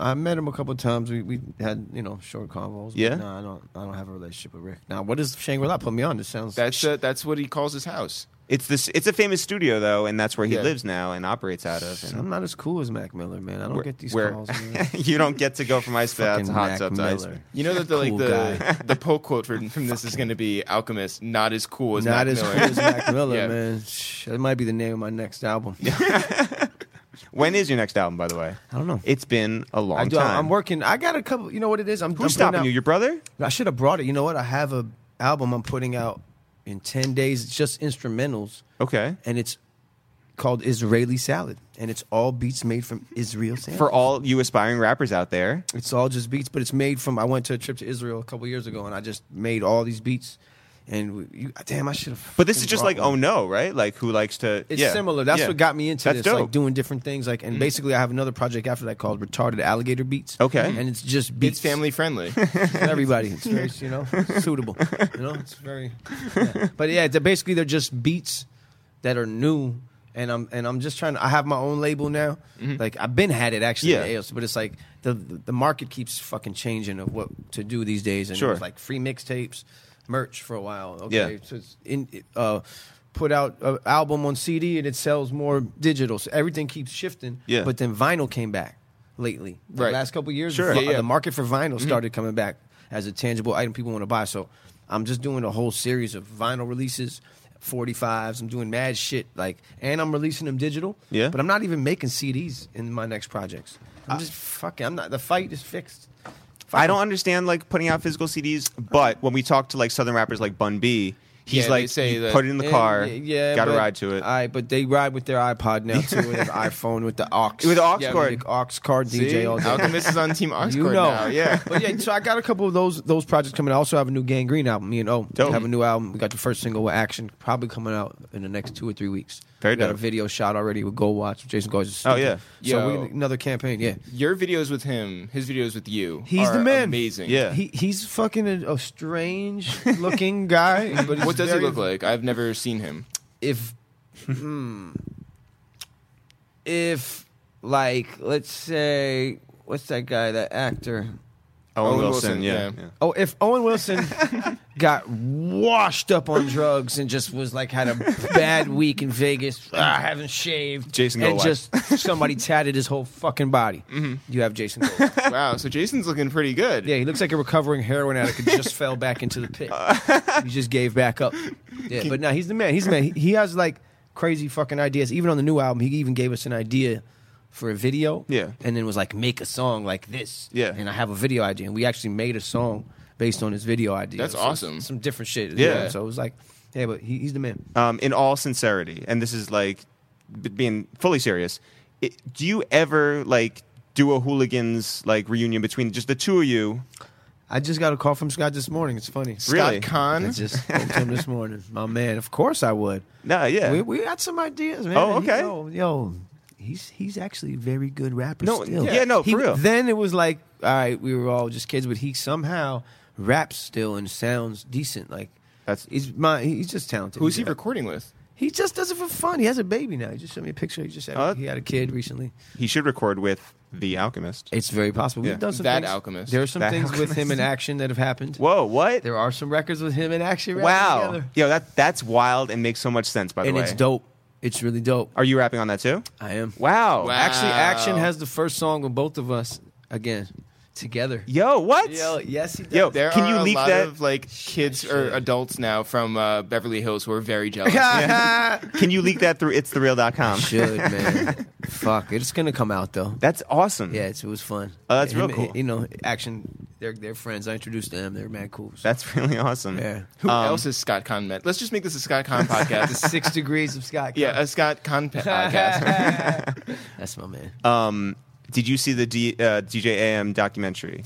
I, I met him a couple times. We we had you know short convos. but
Yeah?
no, I don't. I don't have a relationship with Rick. Now, what is Shangri La? Put me on. This sounds.
That's uh, that's what he calls his house.
It's this. It's a famous studio though, and that's where he
Yeah.
lives now and operates out of. and-
I'm not as cool as Mac Miller, man. I don't get these
where *laughs*
calls. man.
you don't get to go from ice bath
Fucking
to hot
Mac
tub to ice.
Miller.
You know that the
Cool
like the *laughs* the poll quote from, from this is going to be Alchemist, not as cool as Mac
Not as cool
Miller.
as
*laughs*
Mac Miller,
Yeah.
man. Shh, That might be the name of my next album.
When is your next album, by the way?
I don't know.
It's been a long
I do.
time.
I'm working. I got a couple. You know what it is? I'm I'm
Who's
putting
stopping
out-
you? Your brother?
I should have brought it. You know what? I have a album I'm putting out in ten days. It's just instrumentals,
Okay.
and it's called Israeli Salad, and it's all beats made from Israel salad.
For all you aspiring rappers out there,
It's all just beats, but it's made from. I went to a trip to Israel a couple years ago, and I just made all these beats, And we, you, damn, I should have.
But this is just like oh no, right? Like who likes to?
It's
yeah.
similar. That's
Yeah.
what got me into
That's
this,
Dope. Mm.
like doing different things. Like, and basically, I have another project after that called Retarded Alligator Beats.
Okay.
and it's just
*laughs*
beats
It's family
*laughs*
friendly.
for everybody. It's very you know suitable. You know, it's very. yeah. But yeah, they're basically they're just beats that are new, and I'm and I'm just trying. to I have my own label now. Like I've been had it actually,
Mm-hmm. Yeah.
at AOS, but it's like the the market keeps fucking changing of what to do these days, and
Sure.
it's like free mixtapes, merch for a while. Okay,
Yeah.
so it's in. Uh, Put out an album on CD and it sells more digital, so everything keeps shifting.
Yeah.
But then vinyl came back lately, the
Right.
last couple years.
Sure.
vi-
Yeah, yeah.
the market for
Mm.
vinyl started coming back as a tangible item people want to buy. So I'm just doing a whole series of vinyl releases, 45s. I'm doing mad shit like, and I'm releasing them digital.
Yeah.
But I'm not even making CDs in my next projects. I'm just fucking. I'm not. The fight is fixed.
I don't understand like putting out physical CDs, but when we talk to like southern rappers like Bun B,
Yeah,
he's
they
like
say
you
that-
put it in the
And,
car,
yeah,
got to
but-
ride to it.
All right, but they ride with their iPod now too,
*laughs*
with their iPhone, with the aux,
With the aux
yeah,
cord.
with the aux card DJ
See?
all day.
Alchemist is on Team Oxcord
*laughs* You know,
now. Yeah.
*laughs* but yeah, so I got a couple of those those projects coming. I also have a new Gang Green album. Me and O
Dope.
have a new album. We got the first single with Action, probably coming out in the next two or three weeks.
Very
we got a
dope.
video shot already with Go Watch. Jason Gorgeous.
Oh, yeah.
so
Yo.
we, another campaign. Yeah,
Your videos with him, his videos with you.
He's
are
the man.
Amazing.
Yeah.
he he's fucking a, a strange *laughs* looking guy. But he's
What does
very-
he look like? I've never seen him.
If hmm, if like let's say what's that guy that actor
Owen,
Owen
Wilson,
Wilson,
yeah.
yeah.
yeah.
Oh, if Owen Wilson *laughs* got washed up on drugs and just was like had a bad week in Vegas, ah, haven't shaved,
Jason
and
Goldwhite.
just somebody tatted his whole fucking body, you have
*laughs*
Jason. Goldwhite.
Wow. So Jason's looking pretty good.
yeah, he looks like a recovering heroin addict who
*laughs*
just fell back into the pit. He just gave back up. Yeah, but now he's the man. He's the man. He, he has like crazy fucking ideas. Even on the new album, he even gave us an idea. For a video,
Yeah.
and then was like, make a song like this,
Yeah.
and I have a video idea, and we actually made a song based on his video idea.
That's
So
awesome.
Some different shit.
Yeah.
Yeah. So it was like, yeah, but he, he's the man.
um, in all sincerity, and this is like b- being fully serious. It, do you ever like do a hooligans like reunion between just the two of you?
I just got a call from Scott this morning. It's funny.
Really?
Scott Kahn.
I just spoke to him this morning. My man. Of course I would.
No, yeah.
We, we got some ideas, man.
Oh,
And he-
okay.
yo, yo, he's he's actually a very good rapper.
No,
still.
yeah, no,
He-
for real.
Then it was like, all right, we were all just kids, but he somehow raps still and sounds decent. Like
That's-
he's my he's just talented.
Who's he
Yeah.
recording with?
He just does it for fun. He has a baby now. He just showed me a picture. He just had,
Oh.
he had a kid recently.
he should record with the Alchemist.
It's very possible.
Yeah.
We've done some
That
things.
Alchemist.
There are some
That
things with him in action that have happened.
Whoa, what?
There are some records with him in action. rapping
Wow,
together.
yo, that that's wild and makes so much sense. By the
And
way,
it's dope. It's really dope.
Are you rapping on that too?
I am.
Wow.
Wow.
Actually, action has the first song with both of us again together.
Yo, what?
yes, he does.
Yo,
There
Can
are
you
a
leak
lot
that?
of like kids or adults now from uh, Beverly Hills who are very
*laughs*
jealous.
*laughs* Can you leak that through itsthereal.com? *laughs*
should man. Fuck, it's gonna come out though.
That's awesome.
Yeah, it's, it was fun.
Oh, that's real
Him-
cool.
You know, action. They're they're friends. I introduced them. They're mad cool. So,
That's *laughs* really awesome.
yeah.
Who
Um,
else is Scott Kahn met? Let's just make this a Scott Kahn podcast.
*laughs* Six degrees of Scott.
yeah, a Scott Kahn pe-
*laughs*
*laughs*
podcast.
that's my man.
Um, did you see the D, uh, DJ AM documentary?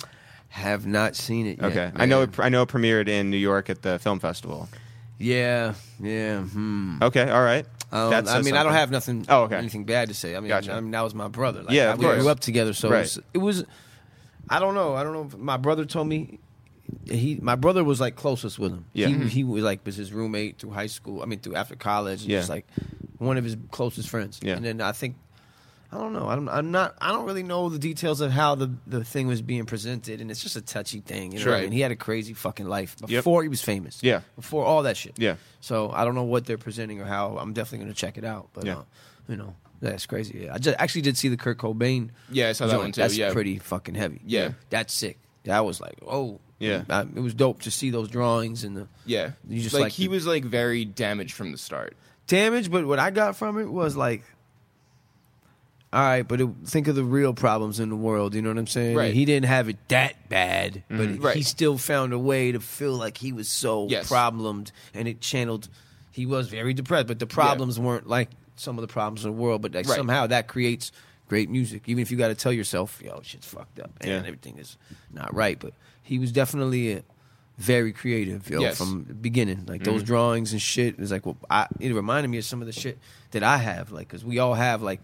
Have not seen it. Yet,
Okay, I know.
man.
It, I know it premiered in New York at the film festival.
Yeah, yeah. Hmm.
Okay, all right.
Um,
That says
I mean, I don't
something.
have nothing.
Oh, okay.
Anything bad to say. I mean,
Gotcha.
I mean, that was my brother. Like,
Yeah,
I-
of
we
course.
grew up together, so
Right.
it, was, it was. I don't know. I don't know. If my brother told me he. My brother was like closest with him.
Yeah.
He,
Mhm.
he was like was his roommate through high school. I mean, through after college. and
Yeah.
Just like one of his closest friends.
Yeah.
And then I think. I don't know. I don't, I'm not. I don't really know the details of how the, the thing was being presented, and it's just a touchy thing. You know what I
Right.
mean? He had a crazy fucking life
Yep.
before he was famous.
Yeah.
Before all that shit.
Yeah.
So I don't know what they're presenting or how. I'm definitely going to check it out. But
Yeah.
uh, you know, that's crazy. Yeah. I just, actually did see the Kurt Cobain.
Yeah, I saw that
joint.
one too,
That's
yeah.
pretty fucking heavy.
Yeah.
that's sick. That was like, oh,
Yeah.
I, it was dope to see those drawings and the
Yeah,
You just
like,
like
he
the-
was like very damaged from the start.
damage. But what I got from it was like. All right, but it, think of the real problems in the world. You know what I'm saying?
Right. Mm-hmm.
He didn't have it that bad, but
Right.
he still found a way to feel like he was so
Yes.
problemed, and it channeled. He was very depressed, but the problems weren't like some of the problems in the world. But like
Right.
somehow that creates great music, even if you got to tell yourself, "Yo, shit's fucked up, and
Yeah.
everything is not right." But he was definitely a, very creative, yo,
Yes. Mm-hmm.
from the beginning. Like those drawings and shit. It's like, well, I, it reminded me of some of the shit that I have, like, because we all have, like,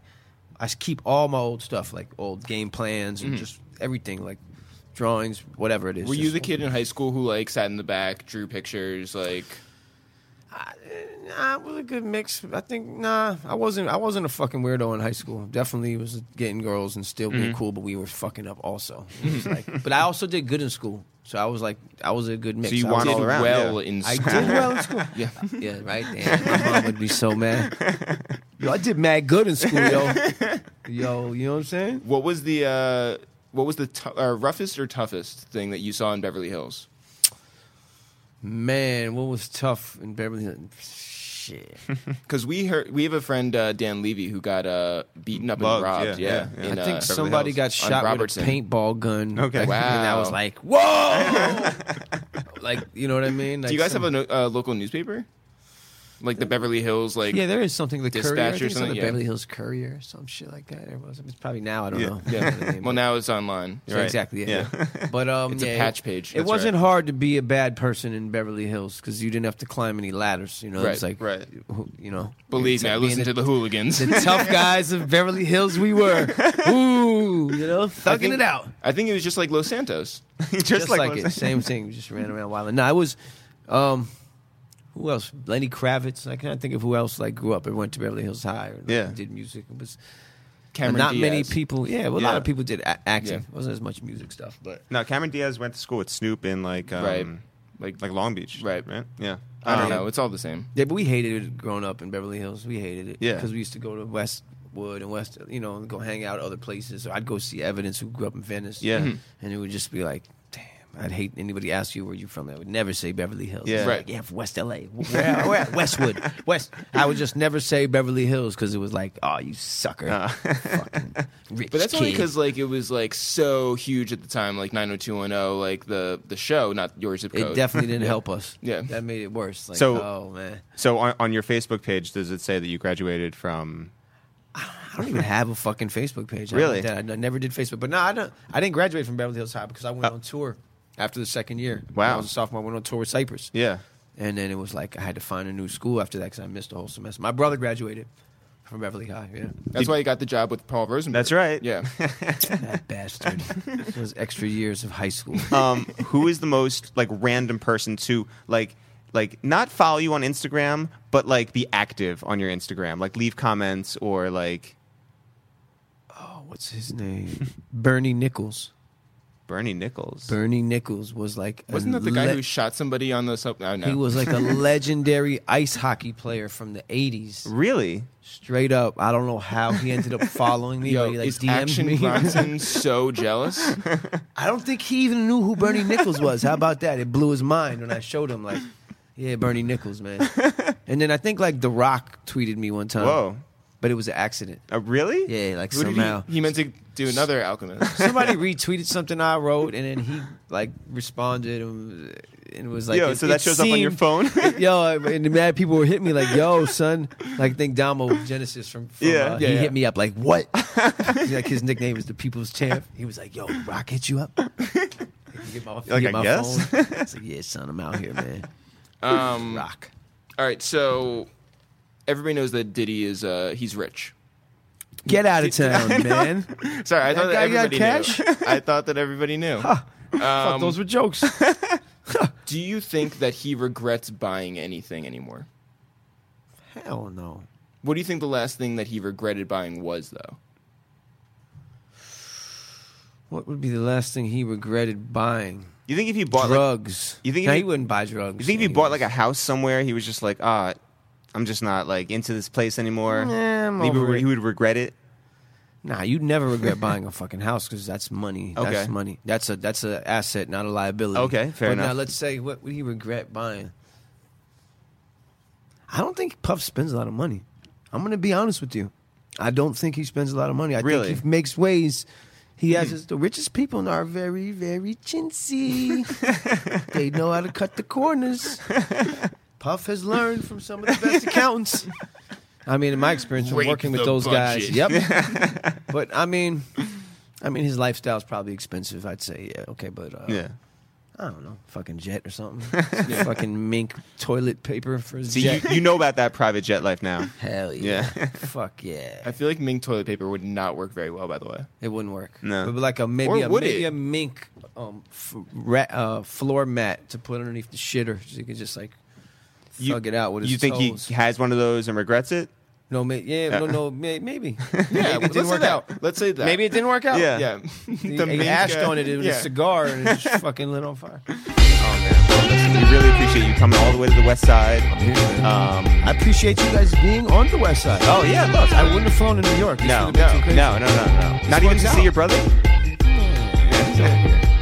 I s- keep all my old stuff, like old game plans and just everything, like drawings, whatever it is.
Mm-hmm. Were you
just-
the kid in high school who like sat in the back, drew pictures, like
Nah, it was a good mix. I think nah, I wasn't. I wasn't a fucking weirdo in high school. Definitely was getting girls and still
Mm-hmm.
being cool, but we were fucking up also. It was like- but I also did good in school, so I was like, I was a good mix.
So you
I
won
did
was-
all around,
well
yeah.
in
I *laughs*
school?
did
*laughs*
well in school. yeah, yeah, right. Damn, *laughs* my mom would be so mad. Yo, I did mad good in school, yo. Yo, you know what I'm saying?
What was the uh, what was the t- uh, roughest or toughest thing that you saw in Beverly Hills?
Man, what was tough in Beverly Hills? Shit.
Because we heard we have a friend uh, Dan Levy who got uh, beaten up
Mugged,
and robbed.
yeah,
Yeah,
yeah, yeah.
*laughs* in,
I
uh,
think somebody got
Beverly Hills. On
shot with a
Robertson.
paintball gun.
Okay.
Like, And I was
Wow.
like,
*laughs*
whoa! like, you know what I mean? Like
Do you guys have
some-
a no- uh, local newspaper? Like the Beverly Hills, like
Uh, Yeah, there is something the
dispatch
Courier. I
or
think it's on
something?
the
Yeah.
Beverly Hills Courier or some shit like that. It was. It's probably now. I don't
Yeah.
know.
Yeah.
You know what I mean?
well, now it's online.
So
Right.
Exactly. Yeah.
Yeah.
*laughs*
But um,
It's a
yeah,
patch page.
It
That's
wasn't
right.
hard to be a bad person in Beverly Hills because you didn't have to climb any ladders. You know, it's
Right,
like
right.
who- you know.
Believe
it's
me,
like
I
being
listened
a- *laughs*
to the hooligans.
the tough guys of Beverly Hills.
*laughs*
We were, ooh, you know, thugging
think-
it out.
*laughs* I think it was just like Los Santos.
*laughs* just,
just, like,
what I
it.
was saying.
Same thing. We just ran around wild. No, I was. Um, who else? Lenny Kravitz. I can't think of who else. Like grew up and went to Beverly Hills High. Or, like,
Yeah.
did music. It was
Cameron
not many
Diaz.
people. Yeah, well, a
Yeah.
lot of people did a- acting.
Yeah.
It wasn't as much music stuff, but
No, Cameron Diaz went to school with Snoop in like um,
Right. Like,
like Long Beach.
Right.
Right. Yeah.
I don't
Yeah.
know. It's all the same.
yeah, but we hated it growing up in Beverly Hills. We hated it.
Yeah.
because we used to go to Westwood and West, you know, and go hang out at other places. Or I'd go see Evidence who grew up in Venice.
Yeah. Mhm.
and it would just be like. damn, I'd hate anybody ask you where you from. I would never say Beverly Hills.
Yeah.
It's
Right.
like, yeah, from West LA. *laughs* Where, where? Westwood. West. I would just never say Beverly Hills because it was like, oh, you sucker. Fucking rich
Uh. *laughs* But that's
kid.
only because like it was like so huge at the time, like 90210, like the the show, not your zip code. *laughs*
It definitely didn't help us.
Yeah.
That made it worse. Like,
So-
oh, man.
So on, on your Facebook page, does it say that you graduated from?
I don't even have a fucking Facebook page. I
Really?
did- I, I never did Facebook. But no, I don't. I didn't graduate from Beverly Hills High because I went
Oh.
on tour after the second year. When
Wow.
I was a sophomore. I went on tour with Cypress.
Yeah.
And then it was like I had to find a new school after that because I missed the whole semester. My brother graduated from Beverly High. Yeah.
That's why you got the job with Paul Rosenberg.
That's right.
*laughs*
Yeah. *laughs*
that bastard. Those extra years of high school.
Oh.
Um, *laughs* who is the most like random person to like like not follow you on Instagram, but like be active on your Instagram, like leave comments or like
Oh, *laughs* what's his name? Bernie Nichols.
Bernie Nichols.
Bernie Nichols was like a
Wasn't that the guy
le-
who shot somebody on the sub? No, no.
He
*laughs*
was like a legendary ice hockey player from the '80s.
really?
Straight up, I don't know how he ended up
*laughs*
following me.
Yo,
but he, like,
is
DM'd
Action
me.
Bronson so jealous?
*laughs* I don't think he even knew who Bernie Nichols was. How about that? It blew his mind when I showed him. Like, yeah, Bernie
*laughs*
Nichols, man. And then I think like The Rock tweeted me one time.
Whoa.
But it was an accident.
Uh, really?
Yeah, like
Who did
*laughs*
somehow
he, he meant to do another Alchemist.
*laughs* somebody retweeted something I wrote, and then he like responded and, and was like,
Yo,
it-
so that
it
shows up on your
seemed- *laughs*
phone?
yo, and the mad people were hitting me like, "Yo, son!" Like, I think Damo Genesis from, from
Yeah.
uh,
Yeah,
he
yeah.
hit me up
*laughs*
like, "What?" He's like his nickname is the People's Champ. He was like, "Yo, Rock hit you up." Get my,
Like,
get
I
my
guess.
phone. I was like, "Yeah, son, I'm out here, man."
Um,
Rock.
All right, so everybody knows that Diddy is uh he's rich.
Get out of
*laughs*
town, man.
Sorry, I thought that
guy got
everybody knew. *laughs* I thought that everybody knew. Um,
Fuck, those
*laughs*
were jokes.
Do you think that he regrets buying anything anymore?
Hell no.
What do you think the last thing that he regretted buying was though?
What would be the last thing he regretted buying?
You think if you bought like,
drugs.
you think if
no,
you-
he wouldn't buy drugs?
you think if you bought like a house somewhere, he was just like, ah, I'm just not like into this place anymore.
Nah, I'm
Maybe he
over
would-
it.
he would regret it.
Nah, you'd never regret buying a fucking house because that's money.
Okay.
That's money. That's a that's a asset, not a liability.
Okay, fair
but
enough.
Now let's say what would he regret buying? I don't think Puff spends a lot of money. I'm gonna be honest with you. I don't think he spends a lot of money. I
Really? Hmm.
think he makes ways. He has his, the richest people are very, very
*laughs*
chintzy. they know how to cut the corners. Puff has learned from some of the best accountants. I mean, in my experience from
Rape
working
the
with those guys,
budget.
yep, but I mean, I mean, his lifestyle's probably expensive. I'd say, yeah, okay, but uh,
Yeah.
I I don't know, fucking jet or something. fucking mink toilet paper for his
See, *laughs*
jet.
you, you know about that private jet life
*laughs*
now.
Hell yeah. Fuck yeah.
I feel like mink toilet paper would not work very well, by the way.
It wouldn't work.
No.
But like a maybe
Or
a,
would
maybe
it?
a mink um, f- ra- uh, floor mat to put underneath the shitter so you can just like
You-
thug it out with his
you think
toes.
he has one of those and regrets it?
no, may- yeah, no, no,
*laughs*
may- maybe.
Yeah,
maybe it
let's
didn't
say
work
that.
out.
Let's say that.
Maybe it didn't work out.
Yeah.
Yeah.
*laughs*
*laughs*
He,
The
he
mink,
ashed
uh,
on it with
yeah.
a cigar and
*laughs*
it just fucking lit on fire.
We really appreciate you coming all the way to the West Side. Um,
I appreciate you guys being on the West Side.
oh yeah, look,
I wouldn't have flown to New York. This
No,
would have been
no,
too crazy.
no, no, no, no. Not even
works
to
out.
see your brother.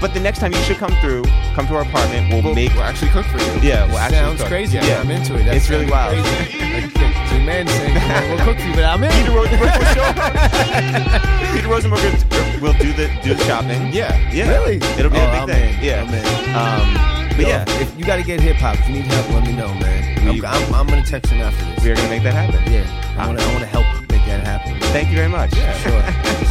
But the next time you should come through, come to our apartment. We'll,
We'll,
make.
we'll actually cook for you.
Yeah, we'll actually.
Sounds
cook.
crazy.
Yeah.
but I'm into it. That's
It's really wild.
crazy. Like, the man saying, "We'll cook for you," but I'm in.
Peter Rosenberg will show up. *laughs* Peter Rosenberg will- will do the do the shopping.
Yeah.
yeah.
Really?
It'll be
Oh,
a
I'm
big thing.
in.
Yeah.
I'm in.
Um, but
Yo,
yeah,
if you got to get hip hop, if you need help, let me know, man. I'm,
We-
I'm, I'm gonna text him after this.
we are gonna make that happen.
Yeah, I want to I want to help make that happen.
Thank you very much.
Sure.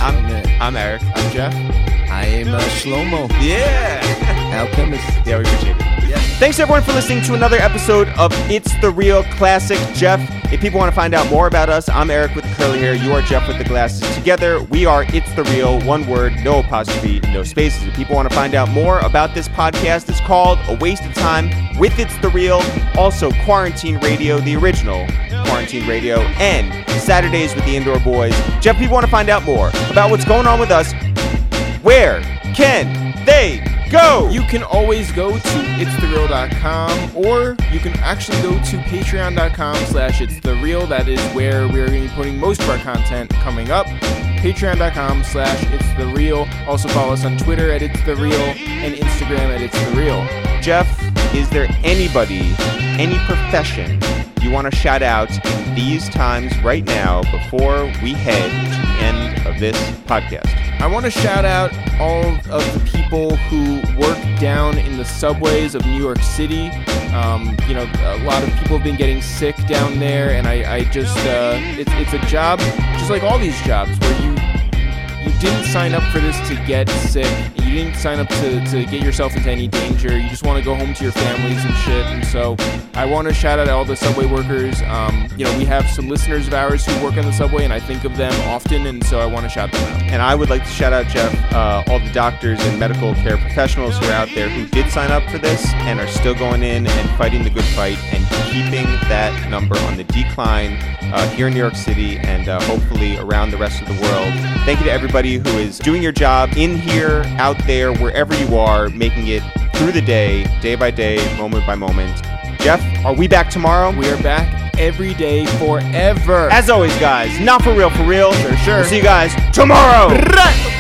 I'm
*laughs* I'm-
in.
I'm Eric.
I'm Jeff.
I am uh, Shlomo,
Yeah.
alchemist.
Yeah, we appreciate it.
Yeah.
Thanks everyone for listening to another episode of It's the Real Classic Jeff. If people want to find out more about us, I'm Eric with the curly hair. You are Jeff with the glasses. Together, we are It's the Real. One word, no apostrophe, no spaces. If people want to find out more about this podcast, it's called A Waste of Time with It's the Real. Also, Quarantine Radio, the original Quarantine Radio, and Saturdays with the Indoor Boys. Jeff, if people want to find out more about what's going on with us, where can they go?
You can always go to itsthereal.com or you can actually go to patreon.com slash itsthereal. That is where we are going to be putting most of our content coming up. Patreon.com slash itsthereal. Also follow us on Twitter at itsthereal and Instagram at itsthereal.
Jeff, is there anybody, any profession you want to shout out in these times right now before we head to the end of this podcast?
I want to shout out all of the people who work down in the subways of New York City. Um, you know, a lot of people have been getting sick down there, and I, I just, uh, it's, it's a job, just like all these jobs, where you you didn't sign up for this to get sick. You didn't sign up to, to get yourself into any danger. You just want to go home to your families and shit. And so I want to shout out all the subway workers. Um, you know, we have some listeners of ours who work on the subway, and I think of them often, and so I want to shout them out.
And I would like to shout out, Jeff, uh, all the doctors and medical care professionals who are out there who did sign up for this and are still going in and fighting the good fight and keeping that number on the decline uh, here in New York City and uh, hopefully around the rest of the world. Thank you to everybody who is doing your job in here, out there, wherever you are, making it through the day, day by day, moment by moment. Jeff, are we back tomorrow?
We are back every day forever.
As always, guys, not for real, for real.
sure.
We'll see you guys tomorrow.